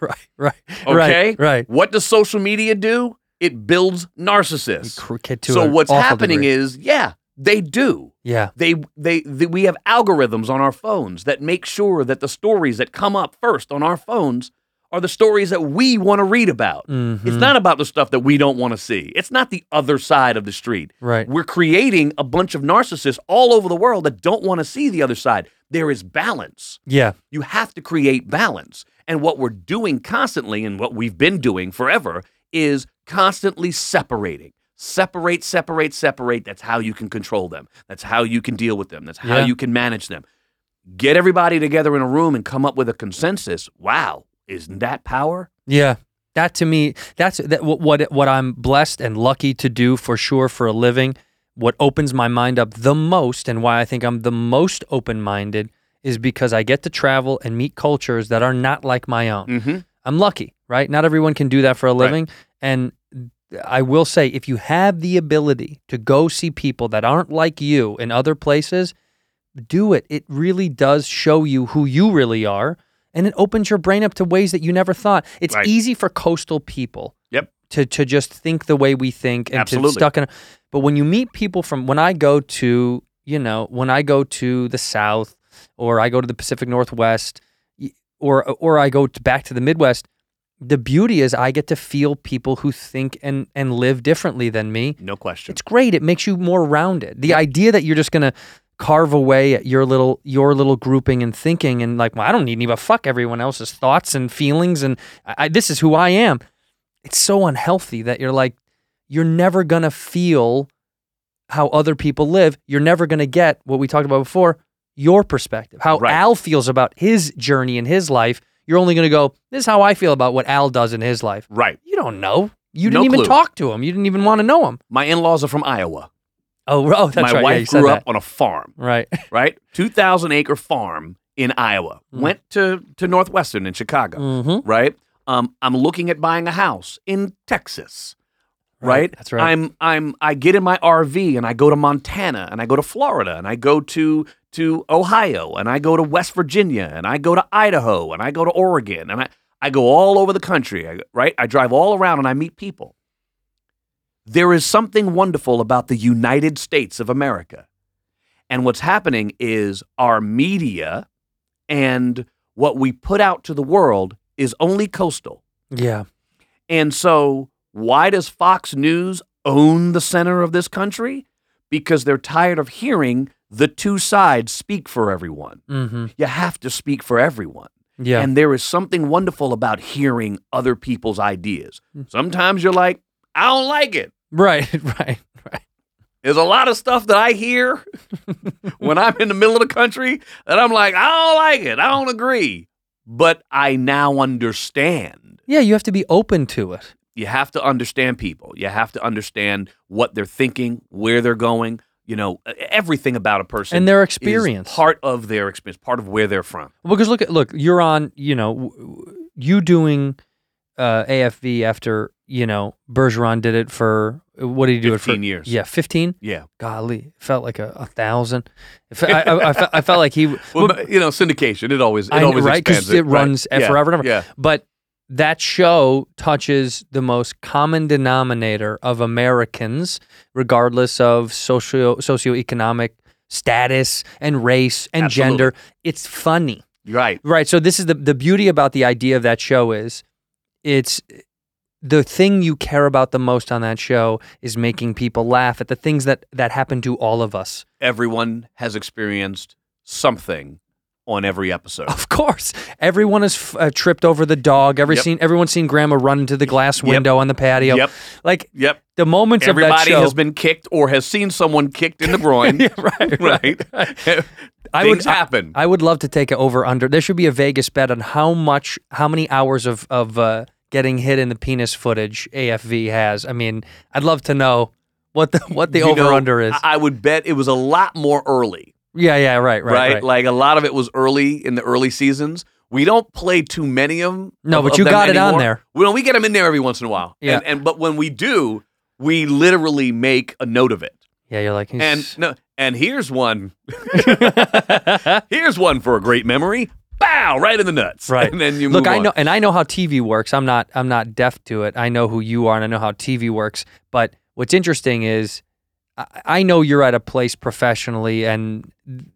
S1: right right
S9: Okay?
S1: right right
S9: What does social media do? It builds narcissists.
S1: Cr- kid to
S9: So
S1: an
S9: what's
S1: awful
S9: happening
S1: degree.
S9: is, yeah, they do.
S1: yeah
S9: They, they, they, we have algorithms on our phones that make sure that the stories that come up first on our phones are the stories that we want to read about. It's
S1: Mm-hmm.
S9: not about the stuff that we don't want to see. It's not the other side of the street.
S1: Right.
S9: We're creating a bunch of narcissists all over the world that don't want to see the other side. There is balance.
S1: yeah
S9: You have to create balance. And what we're doing constantly and what we've been doing forever is constantly separating. Separate, separate, separate. That's how you can control them. That's how you can deal with them. That's how
S1: Yeah.
S9: you can manage them. Get everybody together in a room and come up with a consensus. Wow, isn't that power?
S1: Yeah. That to me, that's that, what, what what I'm blessed and lucky to do for sure for a living. What opens my mind up the most, and why I think I'm the most open-minded, is because I get to travel and meet cultures that are not like my own.
S9: Mhm.
S1: I'm lucky, right? Not everyone can do that for a living, and I will say, if you have the ability to go see people that aren't like you in other places, do it. It really does show you who you really are, and it opens your brain up to ways that you never thought. It's
S9: Right.
S1: easy for coastal people
S9: Yep.
S1: to to just think the way we think and
S9: Absolutely.
S1: to stuck in. But when you meet people from when I go to you know when I go to the South or I go to the Pacific Northwest y- or or I go to, back to the Midwest. The beauty is I get to feel people who think and and live differently than me.
S9: No question.
S1: It's great. It makes you more rounded. The idea that you're just gonna carve away at your little your little grouping and thinking and like, well, I don't need to give a fuck everyone else's thoughts and feelings and I, I, this is who I am. It's so unhealthy that you're like, you're never going to feel how other people live. You're never going to get what we talked about before your perspective, how
S9: Right.
S1: Al feels about his journey in his life. You're only going to go, this is how I feel about what Al does in his life.
S9: Right.
S1: You don't know. You
S9: No
S1: didn't even
S9: clue.
S1: talk to him. You didn't even want to know him.
S9: My in laws are from Iowa.
S1: Oh, oh that's
S9: My
S1: right. Yeah, you
S9: wife
S1: said
S9: grew up
S1: that.
S9: on a farm,
S1: Right.
S9: right? 2,000 acre farm in Iowa. Went to, to Northwestern in Chicago,
S1: Hmm. mm-hmm.
S9: right? Um, I'm looking at buying a house in Texas.
S1: Right,
S9: Right?
S1: that's right.
S9: I'm I'm I get in my RV and I go to Montana and I go to Florida and I go to to Ohio and I go to West Virginia and I go to Idaho and I go to Oregon and I I go all over the country, I- right? I drive all around and I meet people. There is something wonderful about the United States of America. And what's happening is our media and what we put out to the world is only coastal.
S1: Yeah.
S9: And so, why does Fox News own the center of this country? Because they're tired of hearing the two sides speak for everyone.
S1: Mm-hmm.
S9: You have to speak for everyone.
S1: Yeah.
S9: And there is something wonderful about hearing other people's ideas. Sometimes you're like, I don't like it.
S1: right. Right. Right.
S9: There's a lot of stuff that I hear when I'm in the middle of the country that I'm like, I don't like it. I don't agree. But I now understand.
S1: Yeah. You have to be open to it.
S9: You have to understand people. You have to understand what they're thinking, where they're going, you know, e- everything about a person
S1: And their
S9: is
S1: experience.
S9: part of their experience, part of where they're from.
S1: Because look at look, you're on. You know, w- w- you doing uh, AFV after you know Bergeron did it for what did he do it for?
S9: 15 years.
S1: Yeah, fifteen.
S9: Yeah.
S1: Golly, it felt like a, a thousand. It fe- I, I, I, felt, I felt like he.
S9: Well, but, you know, syndication, it always, it
S1: I know,
S9: always
S1: right
S9: expands
S1: because it runs
S9: right. Yeah,
S1: forever and ever.
S9: Yeah.
S1: But that show touches the most common denominator of Americans, regardless of socio socioeconomic status and race and
S9: Absolutely.
S1: gender. It's funny.
S9: Right.
S1: Right. So this is the the beauty about the idea of that show is it's the thing you care about the most on that show is making people laugh at the things that that happen to all of us.
S9: Everyone has experienced something on every episode.
S1: Of course, everyone has f- uh, tripped over the dog. Every
S9: Yep.
S1: seen everyone's seen Grandma run into the glass window on the patio.
S9: Yep.
S1: Like
S9: Yep.
S1: the moments of that
S9: Everybody
S1: show.
S9: has been kicked or has seen someone kicked in the groin. right, right.
S1: I would
S9: Things happen.
S1: I, I would love to take an over under. There should be a Vegas bet on how much, how many hours of of uh, getting hit in the penis footage AFV has. I mean, I'd love to know what the what the
S9: You
S1: over
S9: know,
S1: under is.
S9: I- I would bet it was a lot more early,
S1: yeah, yeah, right,
S9: right,
S1: right, right.
S9: Like a lot of it was early in the early seasons. We don't play too many of them.
S1: No,
S9: of-
S1: but
S9: of
S1: you
S9: them
S1: got it on
S9: anymore.
S1: there.
S9: Well, we get them in there every once in a while.
S1: Yeah.
S9: And, and but when we do, we literally make a note of it.
S1: yeah, you're like,
S9: And no, and here's one. here's one for a great memory. Bow right in the nuts.
S1: Right.
S9: And then you
S1: look.
S9: move
S1: I
S9: on.
S1: know, and I know how TV works. I'm not. I'm not deaf to it. I know who you are, and I know how TV works. But what's interesting is, I, I know you're at a place professionally, and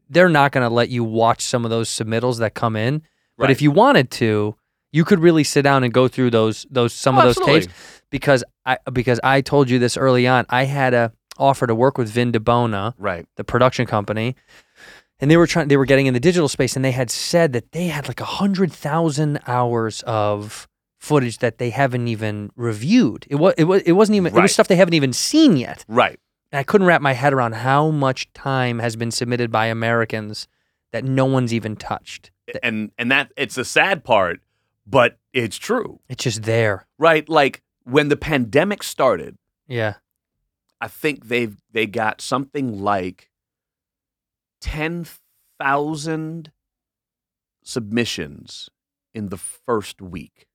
S1: they're not going to let you watch some of those submittals that come in. But
S9: Right.
S1: if you wanted to, you could really sit down and go through those those some
S9: Oh,
S1: of those
S9: absolutely.
S1: tapes because I because I told you this early on. I had a offer to work with Vin DeBona
S9: Right.
S1: the production company and they were trying they were getting in the digital space and they had said that they had like a hundred thousand hours of footage that they haven't even reviewed it was it, was, it wasn't even it
S9: Right.
S1: was stuff they haven't even seen yet
S9: Right.
S1: and i couldn't wrap my head around how much time has been submitted by americans that no one's even touched
S9: and and that it's the sad part, but it's true,
S1: it's just there
S9: right? Like when the pandemic started,
S1: yeah
S9: I think they've they got something like ten thousand submissions in the first week.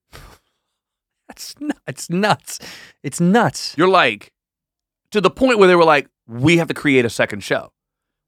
S1: that's nu- it's nuts it's nuts
S9: You're like to the point where they were like, we have to create a second show.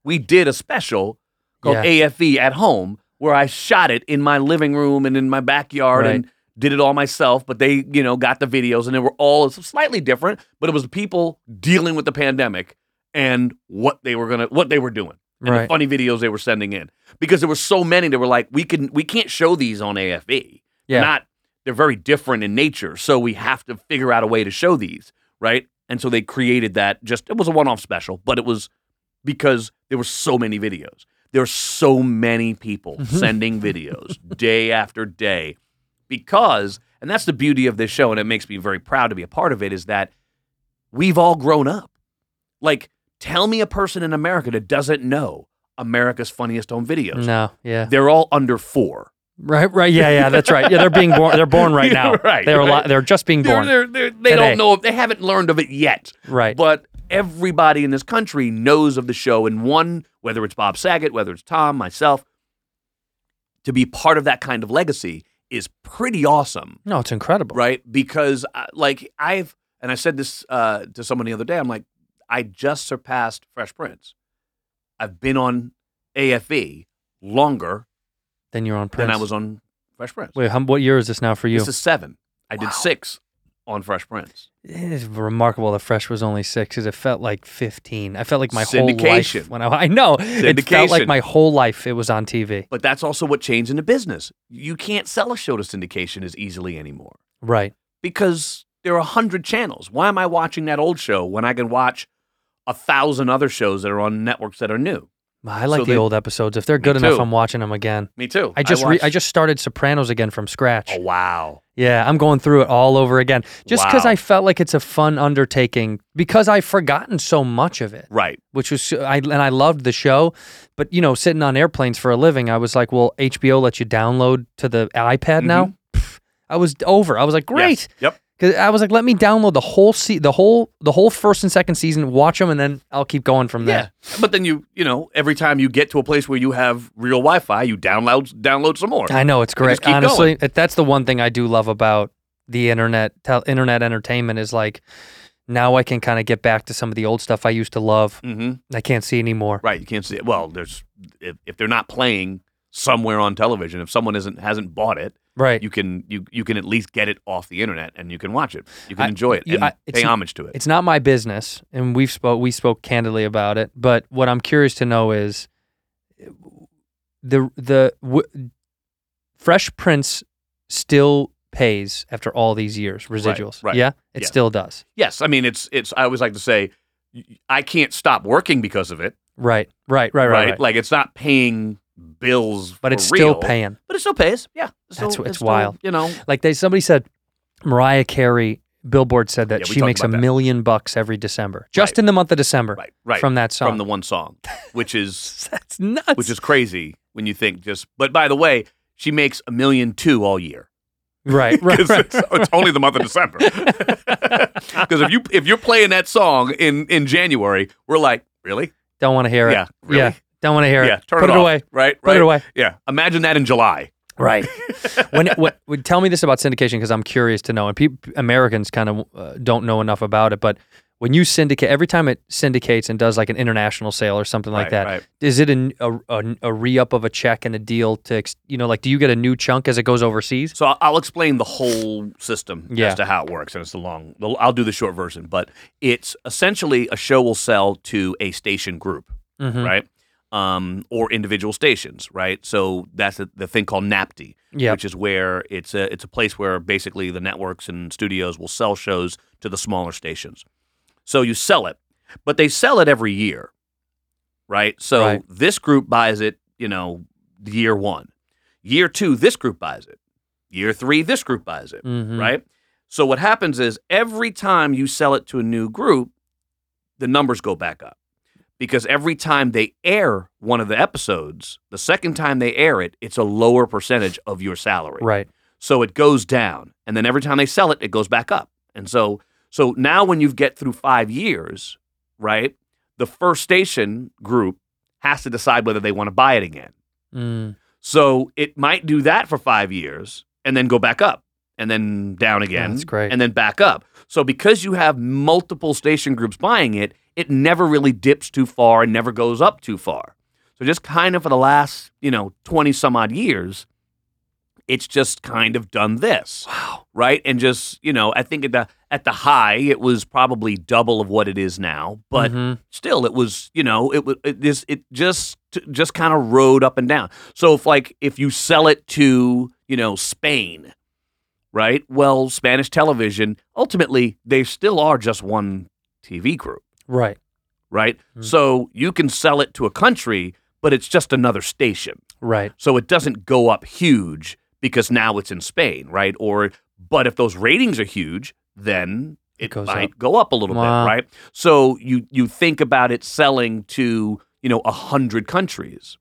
S9: We did a special called
S1: Yeah.
S9: AFE at home where I shot it in my living room and in my backyard
S1: Right.
S9: and did it all myself. But they, you know, got the videos and they were all slightly different, but it was people dealing with the pandemic and what they were gonna what they were doing. And the
S1: Right.
S9: funny videos they were sending in. Because there were so many that were like, we can we can't show these on AFE
S1: yeah
S9: not they're very different in nature so we have to figure out a way to show these right and so they created that just it was a one-off special but it was because there were so many videos there were so many people
S1: Mm-hmm.
S9: sending videos day after day because and that's the beauty of this show and it makes me very proud to be a part of it is that we've all grown up. Like, tell me a person in America that doesn't know America's Funniest Home Videos.
S1: No, yeah.
S9: They're all under four.
S1: Right, right, yeah, yeah, that's right. Yeah, they're being born. They're born right now.
S9: Right,
S1: they're
S9: right.
S1: li- they're just being
S9: They're,
S1: born.
S9: they're, they're, they
S1: Today.
S9: don't know. They haven't learned of it yet.
S1: Right.
S9: But everybody in this country knows of the show. And one, whether it's Bob Saget, whether it's Tom, myself, to be part of that kind of legacy is pretty awesome
S1: no, it's incredible.
S9: right? Because uh, like I've and I said this uh, to someone the other day. I'm like, I just surpassed Fresh Prince. I've been on AFE longer
S1: Then you're on Prince.
S9: than I was on Fresh Prince.
S1: Wait, how, what year is this now for you?
S9: This is seven. I did six on Fresh Prince.
S1: it is remarkable that Fresh was only six because it felt like 15. I felt like my whole
S9: Syndication.
S1: life. When I, I know. It felt like
S9: Syndication.
S1: my whole life it was on TV.
S9: But that's also what changed in the business. You can't sell a show to syndication as easily anymore
S1: Right.
S9: because there are a hundred channels. Why am I watching that old show when I can watch a thousand other shows that are on networks that are new?
S1: I like
S9: So
S1: the
S9: they-
S1: old episodes. If they're good enough,
S9: too.
S1: I'm watching them again.
S9: Me too.
S1: I just re-
S9: watched-
S1: I just started Sopranos again from scratch.
S9: Oh wow.
S1: Yeah, I'm going through it all over again. Just because
S9: Wow.
S1: I felt like it's a fun undertaking because I've forgotten so much of it.
S9: Right.
S1: which was I and I loved the show, but you know, sitting on airplanes for a living, I was like, well, HBO lets you download to the iPad now. Pff, I was over. I was like, great.
S9: Mm-hmm. Yes. Yep.
S1: 'Cause I was like, let me download the whole se- the whole the whole first and second season, watch them, and then I'll keep going from there.
S9: But then you, you know, every time you get to a place where you have real Wi-Fi, you download download some more.
S1: I know it's great.
S9: just keep
S1: Honestly, it- that's the one thing I do love about the internet tel- internet entertainment is like now I can kind of get back to some of the old stuff I used to love.
S9: Mm-hmm.
S1: I can't see anymore.
S9: Right. You can't see it. Well, there's if, if they're not playing somewhere on television, if someone isn't hasn't bought it,
S1: Right.
S9: you can you you can at least get it off the internet and you can watch it. You can
S1: I-
S9: enjoy it
S1: you-
S9: and
S1: I- it's
S9: pay
S1: n-
S9: homage to it.
S1: It's not my business, and we've spoke we spoke candidly about it. But what I'm curious to know is the the w- Fresh Prince still pays after all these years residuals.
S9: right,
S1: Yeah, it
S9: yeah.
S1: still does.
S9: Yes, I mean it's it's. I always like to say, y- I can't stop working because of it.
S1: Right, right, right, right.
S9: Right.
S1: right,
S9: Like it's not paying bills,
S1: but
S9: for
S1: it's still
S9: real,
S1: paying.
S9: But it still pays. Yeah.
S1: That's
S9: still-
S1: wh- it's
S9: still,
S1: wild.
S9: You know.
S1: Like they somebody said, Mariah Carey. Billboard said that
S9: Yeah, we
S1: she
S9: talked
S1: makes a
S9: about that.
S1: million bucks every December, just in the month of December,
S9: Right. Right.
S1: from that song.
S9: From the one song, which is
S1: That's nuts.
S9: which is crazy when you think just. But by the way, she makes a million two all year.
S1: right, right,
S9: 'Cause
S1: right.
S9: It's, it's only the month of December. Because if you if you're playing that song in in January, we're like, really?
S1: Don't want to hear it.
S9: Yeah, really?
S1: don't want to hear
S9: Yeah,
S1: it.
S9: turn
S1: Put
S9: it,
S1: it,
S9: off,
S1: away.
S9: Right,
S1: Put it
S9: right.
S1: away.
S9: Yeah, imagine that in July.
S1: Right. when, it- when, when tell me this about syndication because I'm curious to know, and peop Americans kind of uh, don't know enough about it. But when you syndicate, every time it syndicates and does like an international sale or something like
S9: Right,
S1: that,
S9: right.
S1: is it an, a, a, a re up of a check and a deal to ex- you know like do you get a new chunk as it goes overseas?
S9: So I'll- I'll explain the whole system
S1: Yeah.
S9: as to how it works, and it's a long. the- I'll do the short version, but it's essentially a show will sell to a station group,
S1: Mm-hmm.
S9: right? Um, or individual stations, right? So that's the, the thing called NAPTI,
S1: Yep.
S9: which is where it's a it's a place where basically the networks and studios will sell shows to the smaller stations. So you sell it, but they sell it every year, right? So
S1: Right.
S9: this group buys it, you know, year one. Year two, this group buys it. Year three, this group buys it,
S1: Mhm.
S9: right? So what happens is every time you sell it to a new group, the numbers go back up because every time they air one of the episodes, the second time they air it, it's a lower percentage of your salary.
S1: Right.
S9: So it goes down, and then every time they sell it, it goes back up. And so, so now when you get through five years, right, the first station group has to decide whether they want to buy it again.
S1: Mm.
S9: So it might do that for five years and then go back up and then down again.
S1: That's great.
S9: And then back up. So because you have multiple station groups buying it, it never really dips too far and never goes up too far. So just kind of for the last, you know, 20 some odd years, it's just kind of done this. Wow. Right? And just, you know, I think at the at the high it was probably double of what it is now, but
S1: Mhm.
S9: still it was, you know, it was it just it just just kind of rode up and down. So if like if you sell it to, you know, Spain, right? Well, Spanish television, ultimately they still are just one TV group
S1: right.
S9: right? So you can sell it to a country, but it's just another station.
S1: Right.
S9: So it doesn't go up huge because now it's in Spain, right? Or but if those ratings are huge, then it
S1: goes
S9: might
S1: up.
S9: go up a little
S1: Wow.
S9: bit, right? So you you think about it selling to you know a hundred countries,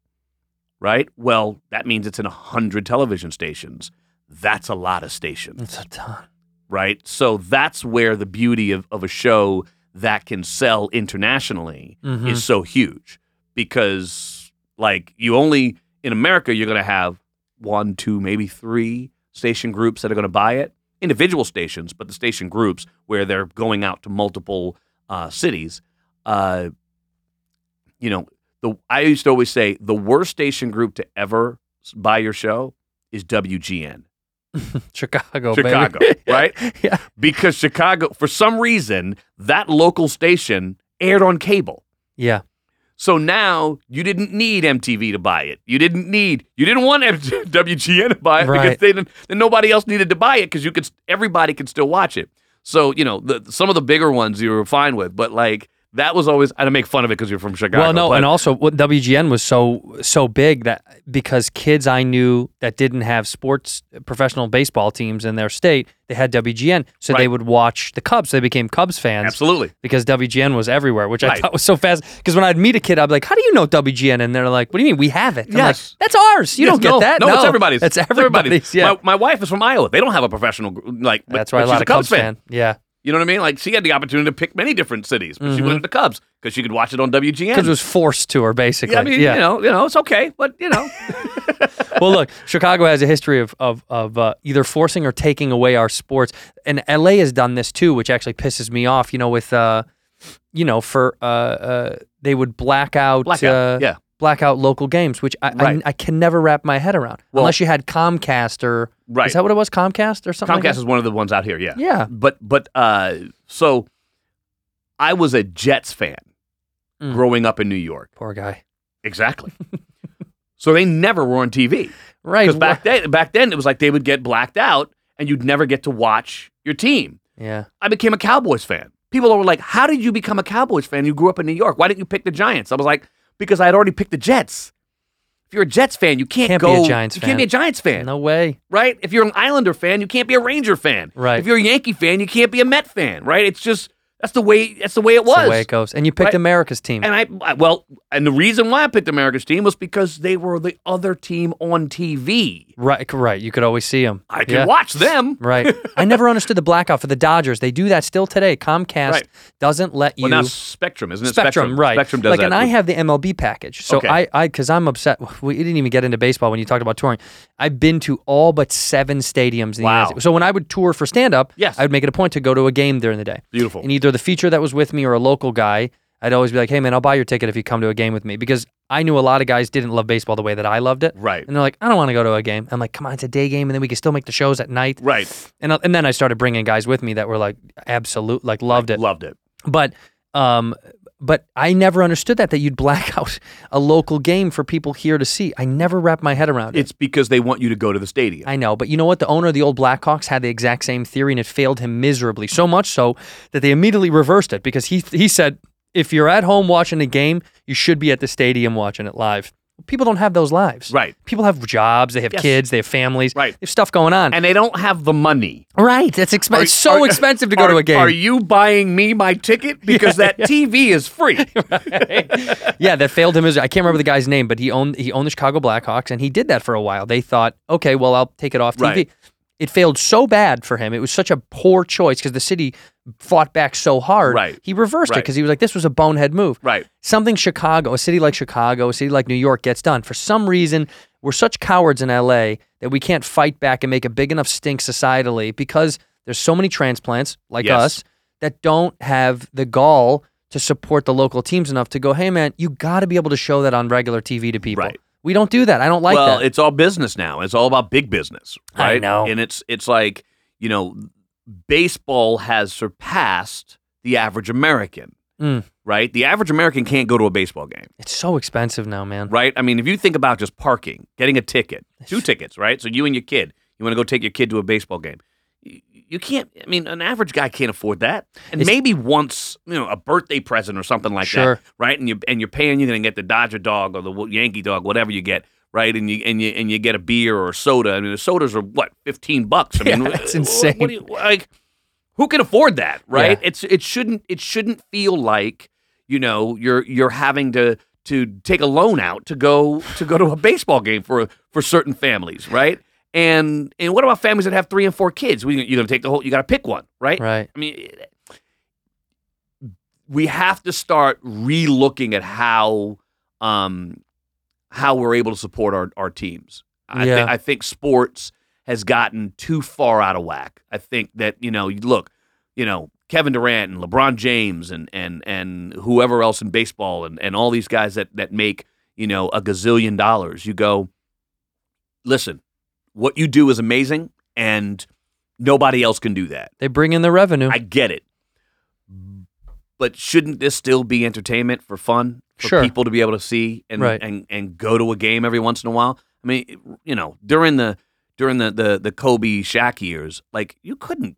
S9: right? Well, that means it's in a hundred television stations. That's a lot of stations
S1: It's a ton.
S9: right? So that's where the beauty of, of a show that can sell internationally
S1: Mhm.
S9: is so huge because, like, you only in America, you're going to have one, two, maybe three station groups that are going to buy it, individual stations, but the station groups where they're going out to multiple uh, cities. Uh, you know, the I used to always say the worst station group to ever s- buy your show is WGN.
S1: Chicago, Oh, baby.
S9: Chicago, right?
S1: Yeah.
S9: Because Chicago, for some reason, that local station aired on cable.
S1: Yeah.
S9: So now you didn't need MTV to buy it. You didn't need you didn't want M- WGN to buy it
S1: Right.
S9: because they didn't, then nobody else needed to buy it because you could everybody could still watch it. So you know the, some of the bigger ones you were fine with, but like that was always I don't make fun of it because you're from Chicago.
S1: well, no,
S9: but-
S1: and also what WGN was so so big that because kids I knew that didn't have sports professional baseball teams in their state, they had WGN, so they
S9: Right.
S1: would watch the Cubs. They became Cubs fans.
S9: absolutely.
S1: Because WGN was everywhere, which I
S9: Right.
S1: thought was so fast. Because when I'd meet a kid, I'd be like, "How do you know WGN?" And they're like, "What do you mean? We have it." I'm
S9: Yes.
S1: like, that's ours. You
S9: Yes,
S1: don't get
S9: no,
S1: that.
S9: No, it's everybody's.
S1: That's
S9: It's
S1: everybody's. Yeah,
S9: My, my wife is from Iowa. They don't have a professional gr- like. but-
S1: that's why
S9: but
S1: a
S9: she's
S1: lot of Cubs,
S9: fan.
S1: fan. Yeah,
S9: You know what I mean? Like she had the opportunity to pick many different cities, but she went to the Cubs because she could watch it on WGN.
S1: because Mm-hmm. it was forced to her basically.
S9: yeah, I mean,
S1: yeah.
S9: you know, you know, it's okay, but you know,
S1: well, look, Chicago has a history of of, of uh, either forcing or taking away our sports, and LA has done this too, which actually pisses me off. You know, with uh, you know, for uh, uh they would black out,
S9: Blackout,
S1: uh,
S9: yeah.
S1: black out local games, which I,
S9: Right.
S1: I I can never wrap my head around
S9: Well-
S1: unless you had Comcast or
S9: Right.
S1: Is that what it was? Comcast or something? like
S9: Comcast
S1: that?
S9: is one of the ones out here. Yeah,
S1: Yeah.
S9: But but uh, so I was a Jets fan
S1: Mm.
S9: growing up in New York.
S1: Poor guy.
S9: Exactly. so they never were on TV.
S1: Right.
S9: Because back then, back then it was like they would get blacked out, and you'd never get to watch your team.
S1: yeah.
S9: I became a Cowboys fan. People were like, "How did you become a Cowboys fan? You grew up in New York. Why didn't you pick the Giants?" I was like, "Because I had already picked the Jets." If you're a Jets fan, you can't,
S1: Can't be a
S9: go.
S1: Giants
S9: you
S1: fan.
S9: can't be a Giants fan,
S1: No way.
S9: right? If you're an Islander fan, you can't be a Ranger fan,
S1: Right.
S9: If you're a Yankee fan, you can't be a Met fan, right? It's just that's the way that's the way it was.
S1: That's the way it goes. And you picked
S9: Right.
S1: America's team.
S9: And I, I well, and the reason why I picked America's team was because they were the other team on TV.
S1: right. Right. You could always see him.
S9: I could watch them.
S1: Right. I never understood the blackout for the Dodgers. They do that still today. Comcast
S9: Right.
S1: doesn't let you.
S9: Well, now Spectrum, isn't it?
S1: Spectrum, right?
S9: Spectrum does
S1: like,
S9: that.
S1: and I have the MLB package, so
S9: Okay.
S1: I, I, because I'm upset. We didn't even get into baseball when you talked about touring. I've been to all but seven stadiums. In the United
S9: Wow.
S1: States. So when I would tour for stand up,
S9: Yes.
S1: I would make it a point to go to a game during the day.
S9: Beautiful.
S1: And either the feature that was with me or a local guy, I'd always be like, "Hey man, I'll buy your ticket if you come to a game with me," because I knew a lot of guys didn't love baseball the way that I loved it.
S9: Right.
S1: And they're like, "I don't want to go to a game." I'm like, "Come on, it's a day game, and then we can still make the shows at night."
S9: right,
S1: and and then I started bringing guys with me that were like absolute like loved it.
S9: loved it.
S1: But um but I never understood that that you'd black out a local game for people here to see. I never wrapped my head around it.
S9: It's because they want you to go to the stadium.
S1: I know, but you know what? The owner of the old Blackhawks had the exact same theory, and it failed him miserably. So much so that they immediately reversed it because he he said, if you're at home watching a game, you should be at the stadium watching it live. People don't have those lives,
S9: Right.
S1: People have jobs, they have
S9: Yes.
S1: kids, they have families,
S9: Right.
S1: They have stuff going on,
S9: and they don't have the money.
S1: right? That's expensive.
S9: Are-
S1: It's so
S9: are-
S1: expensive to go
S9: are-
S1: to a game.
S9: Are you buying me my ticket? Because that TV is free.
S1: yeah, that failed him. As, I can't remember the guy's name, but he owned he owned the Chicago Blackhawks, and he did that for a while. They thought, okay, well, I'll take it off TV.
S9: Right.
S1: It failed so bad for him. It was such a poor choice because the city fought back so hard.
S9: Right.
S1: He reversed it
S9: Right.
S1: because he was like, this was a bonehead move.
S9: Right.
S1: Something Chicago, a city like Chicago, a city like New York gets done. For some reason, we're such cowards in LA that we can't fight back and make a big enough stink societally because there's so many transplants like
S9: Yes.
S1: us that don't have the gall to support the local teams enough to go, hey man, you got to be able to show that on regular TV to people.
S9: Right.
S1: We don't do that. I don't like
S9: well,
S1: that.
S9: it's all business now. It's all about big business,
S1: I
S9: right?
S1: know.
S9: And it's it's like you know, baseball has surpassed the average American.
S1: Mm.
S9: Right, the average American can't go to a baseball game.
S1: it's so expensive now, man.
S9: Right, I mean, if you think about just parking, getting a ticket, two tickets, right? So you and your kid, you want to go take your kid to a baseball game. You, you can't. I mean, an average guy can't afford that, and
S1: It's-
S9: maybe once, you know, a birthday present or something like
S1: Sure.
S9: that, right? And you and you're paying, you're gonna get the Dodger dog or the Wo- Yankee dog, whatever you get, right? And you and you and you get a beer or a soda. I mean, the sodas are what fifteen bucks. I mean,
S1: Yeah,
S9: wh-
S1: it's
S9: wh-
S1: insane.
S9: What do you, like, who can afford that, right?
S1: Yeah.
S9: It's it shouldn't it shouldn't feel like you know you're you're having to to take a loan out to go to go to a baseball game for for certain families, right? And and what about families that have three and four kids? We, you're gonna take the whole. You got to pick one, right?
S1: Right.
S9: I mean, we have to start re-looking at how um, how we're able to support our, our teams. I,
S1: Yeah.
S9: thi- I think sports has gotten too far out of whack. I think that you know, you look, you know, Kevin Durant and LeBron James and and and whoever else in baseball and and all these guys that that make you know a gazillion dollars. You go, listen, what you do is amazing, and nobody else can do that.
S1: They bring in the revenue.
S9: I get it. But shouldn't this still be entertainment for fun for
S1: Sure.
S9: people to be able to see and,
S1: Right.
S9: and and go to a game every once in a while? I mean, it- you know, during the during the the, the Kobe Shaq years, like you couldn't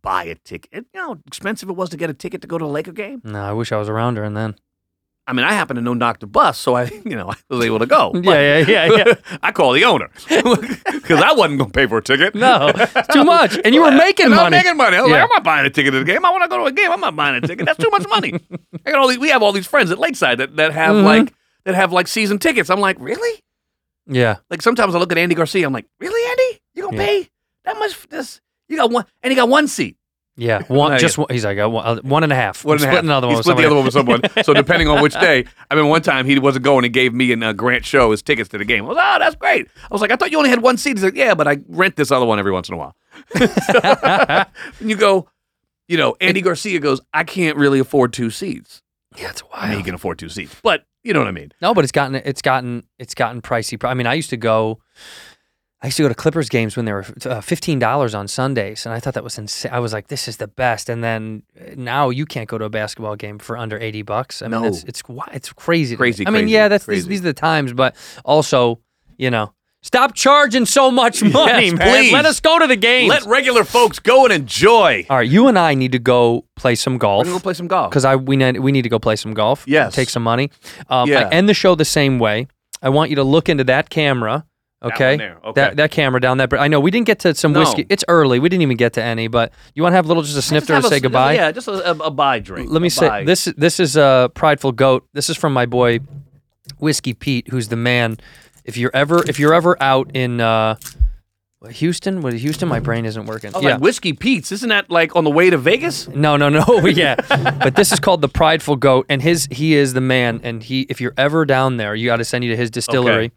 S9: buy a ticket. You know how expensive it was to get a ticket to go to a Laker game.
S1: no, I wish I was around during then.
S9: I mean, I happen to know Dr. Bus, so I you know I was able to go.
S1: Yeah, yeah, yeah, yeah.
S9: I call the owner because I wasn't gonna pay for a ticket.
S1: No, it's too much. And you were making
S9: And
S1: money.
S9: I'm making money. I was
S1: Yeah.
S9: like, I'm not buying a ticket to the game. I want to go to a game. I'm not buying a ticket. That's too much money. I got all these, we have all these friends at Lakeside that, that have
S1: Mhm.
S9: like that have like season tickets. I'm like, really?
S1: Yeah,
S9: Like sometimes I look at Andy Garcia. I'm like, really, Andy? You gonna
S1: Yeah.
S9: pay that much for this? You got one, and he got one seat.
S1: yeah. One,
S9: yeah.
S1: just one, he's like uh, one, uh, one and a half. I'm splitting another one.
S9: He
S1: with
S9: split the
S1: somebody.
S9: other one with someone. so depending on which day, I mean, one time he wasn't going and gave me and uh, Grant Show his tickets to the game. I was, oh, that's great. I was like, I thought you only had one seat. He's like, yeah, but I rent this other one every once in a while. and you go, you know, Andy Garcia goes, I can't really afford two seats.
S1: Yeah, it's wild.
S9: I mean, he can afford two seats, but you know what I mean.
S1: No, but it's gotten it's gotten it's gotten pricey. I mean, I used to go, I used to go to Clippers games when they were uh, fifteen dollars on Sundays, and I thought that was insane. I was like, this is the best. And then uh, now you can't go to a basketball game for under eighty bucks. I mean,
S9: No.
S1: it's it's wi- it's crazy. to me.
S9: Crazy,
S1: I mean,
S9: crazy,
S1: yeah, that's
S9: crazy.
S1: These, these are the times, but also, you know, stop charging so much money, man.
S9: please.
S1: Let us go to the games.
S9: Let regular folks go and enjoy.
S1: All right, you and I need to go play some golf
S9: We're gonna go play some golf.
S1: because Uh, I we need we need to go play some golf.
S9: Yes.
S1: take some money. Um,
S9: Yeah.
S1: I end the show the same way. I want you to look into that camera.
S9: one
S1: Okay,
S9: there, okay.
S1: that that camera down that. br- I know we didn't get to some
S9: No.
S1: whiskey. It's early. We didn't even get to any. But you want to have a little just a
S9: Just
S1: snifter
S9: have
S1: to
S9: a-
S1: say goodbye.
S9: Yeah, just a, a, a bye drink.
S1: Let me
S9: a
S1: say
S9: bye.
S1: this. This is a prideful goat. This is from my boy, Whiskey Pete, who's the man. If you're ever if you're ever out in uh, Houston, what Houston? My brain isn't working.
S9: I was Oh, like, whiskey Pete's. Isn't that like on the way to Vegas?
S1: No, no, no. yeah, but this is called the Prideful Goat, and his he is the man. And he, if you're ever down there, you got to send you to his distillery,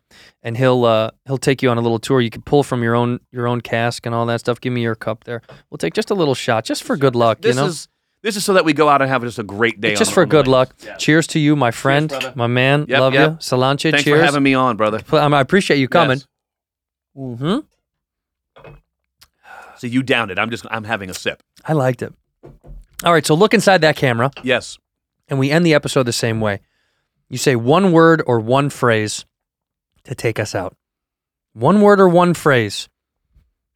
S1: and he'll uh, he'll take you on a little tour. You can pull from your own your own cask and all that stuff. Give me your cup there. We'll take just a little shot, just for good luck.
S9: This
S1: you know,
S9: is this is so that we go out and have just a great day.
S1: just
S9: on-
S1: for
S9: on the
S1: good
S9: lake.
S1: luck. Cheers to you, my friend, my man.
S9: Yep,
S1: Love
S9: yep.
S1: you, Salanche.
S9: Thanks
S1: cheers.
S9: for having me on, brother.
S1: Pl- um, I appreciate you coming. hmm
S9: Yes. So you downed it. I'm just I'm having a sip.
S1: I liked it. All right, so look inside that camera.
S9: Yes.
S1: and we end the episode the same way. You say one word or one phrase to take us out. One word or one phrase.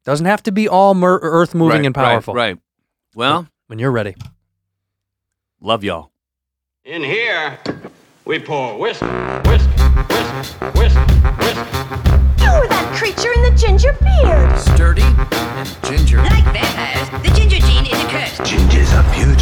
S1: Doesn't have to be all mer- earth moving
S9: Right,
S1: and
S9: right,
S1: powerful.
S9: Right. Well,
S1: When you're ready.
S9: love y'all.
S2: In here, we pour whisk, whisk, whisk, whisk, whisk.
S3: You were Oh, that creature in the ginger beard.
S4: Sturdy and ginger.
S5: Like vampires, the ginger gene is a curse.
S6: Gingers are beautiful.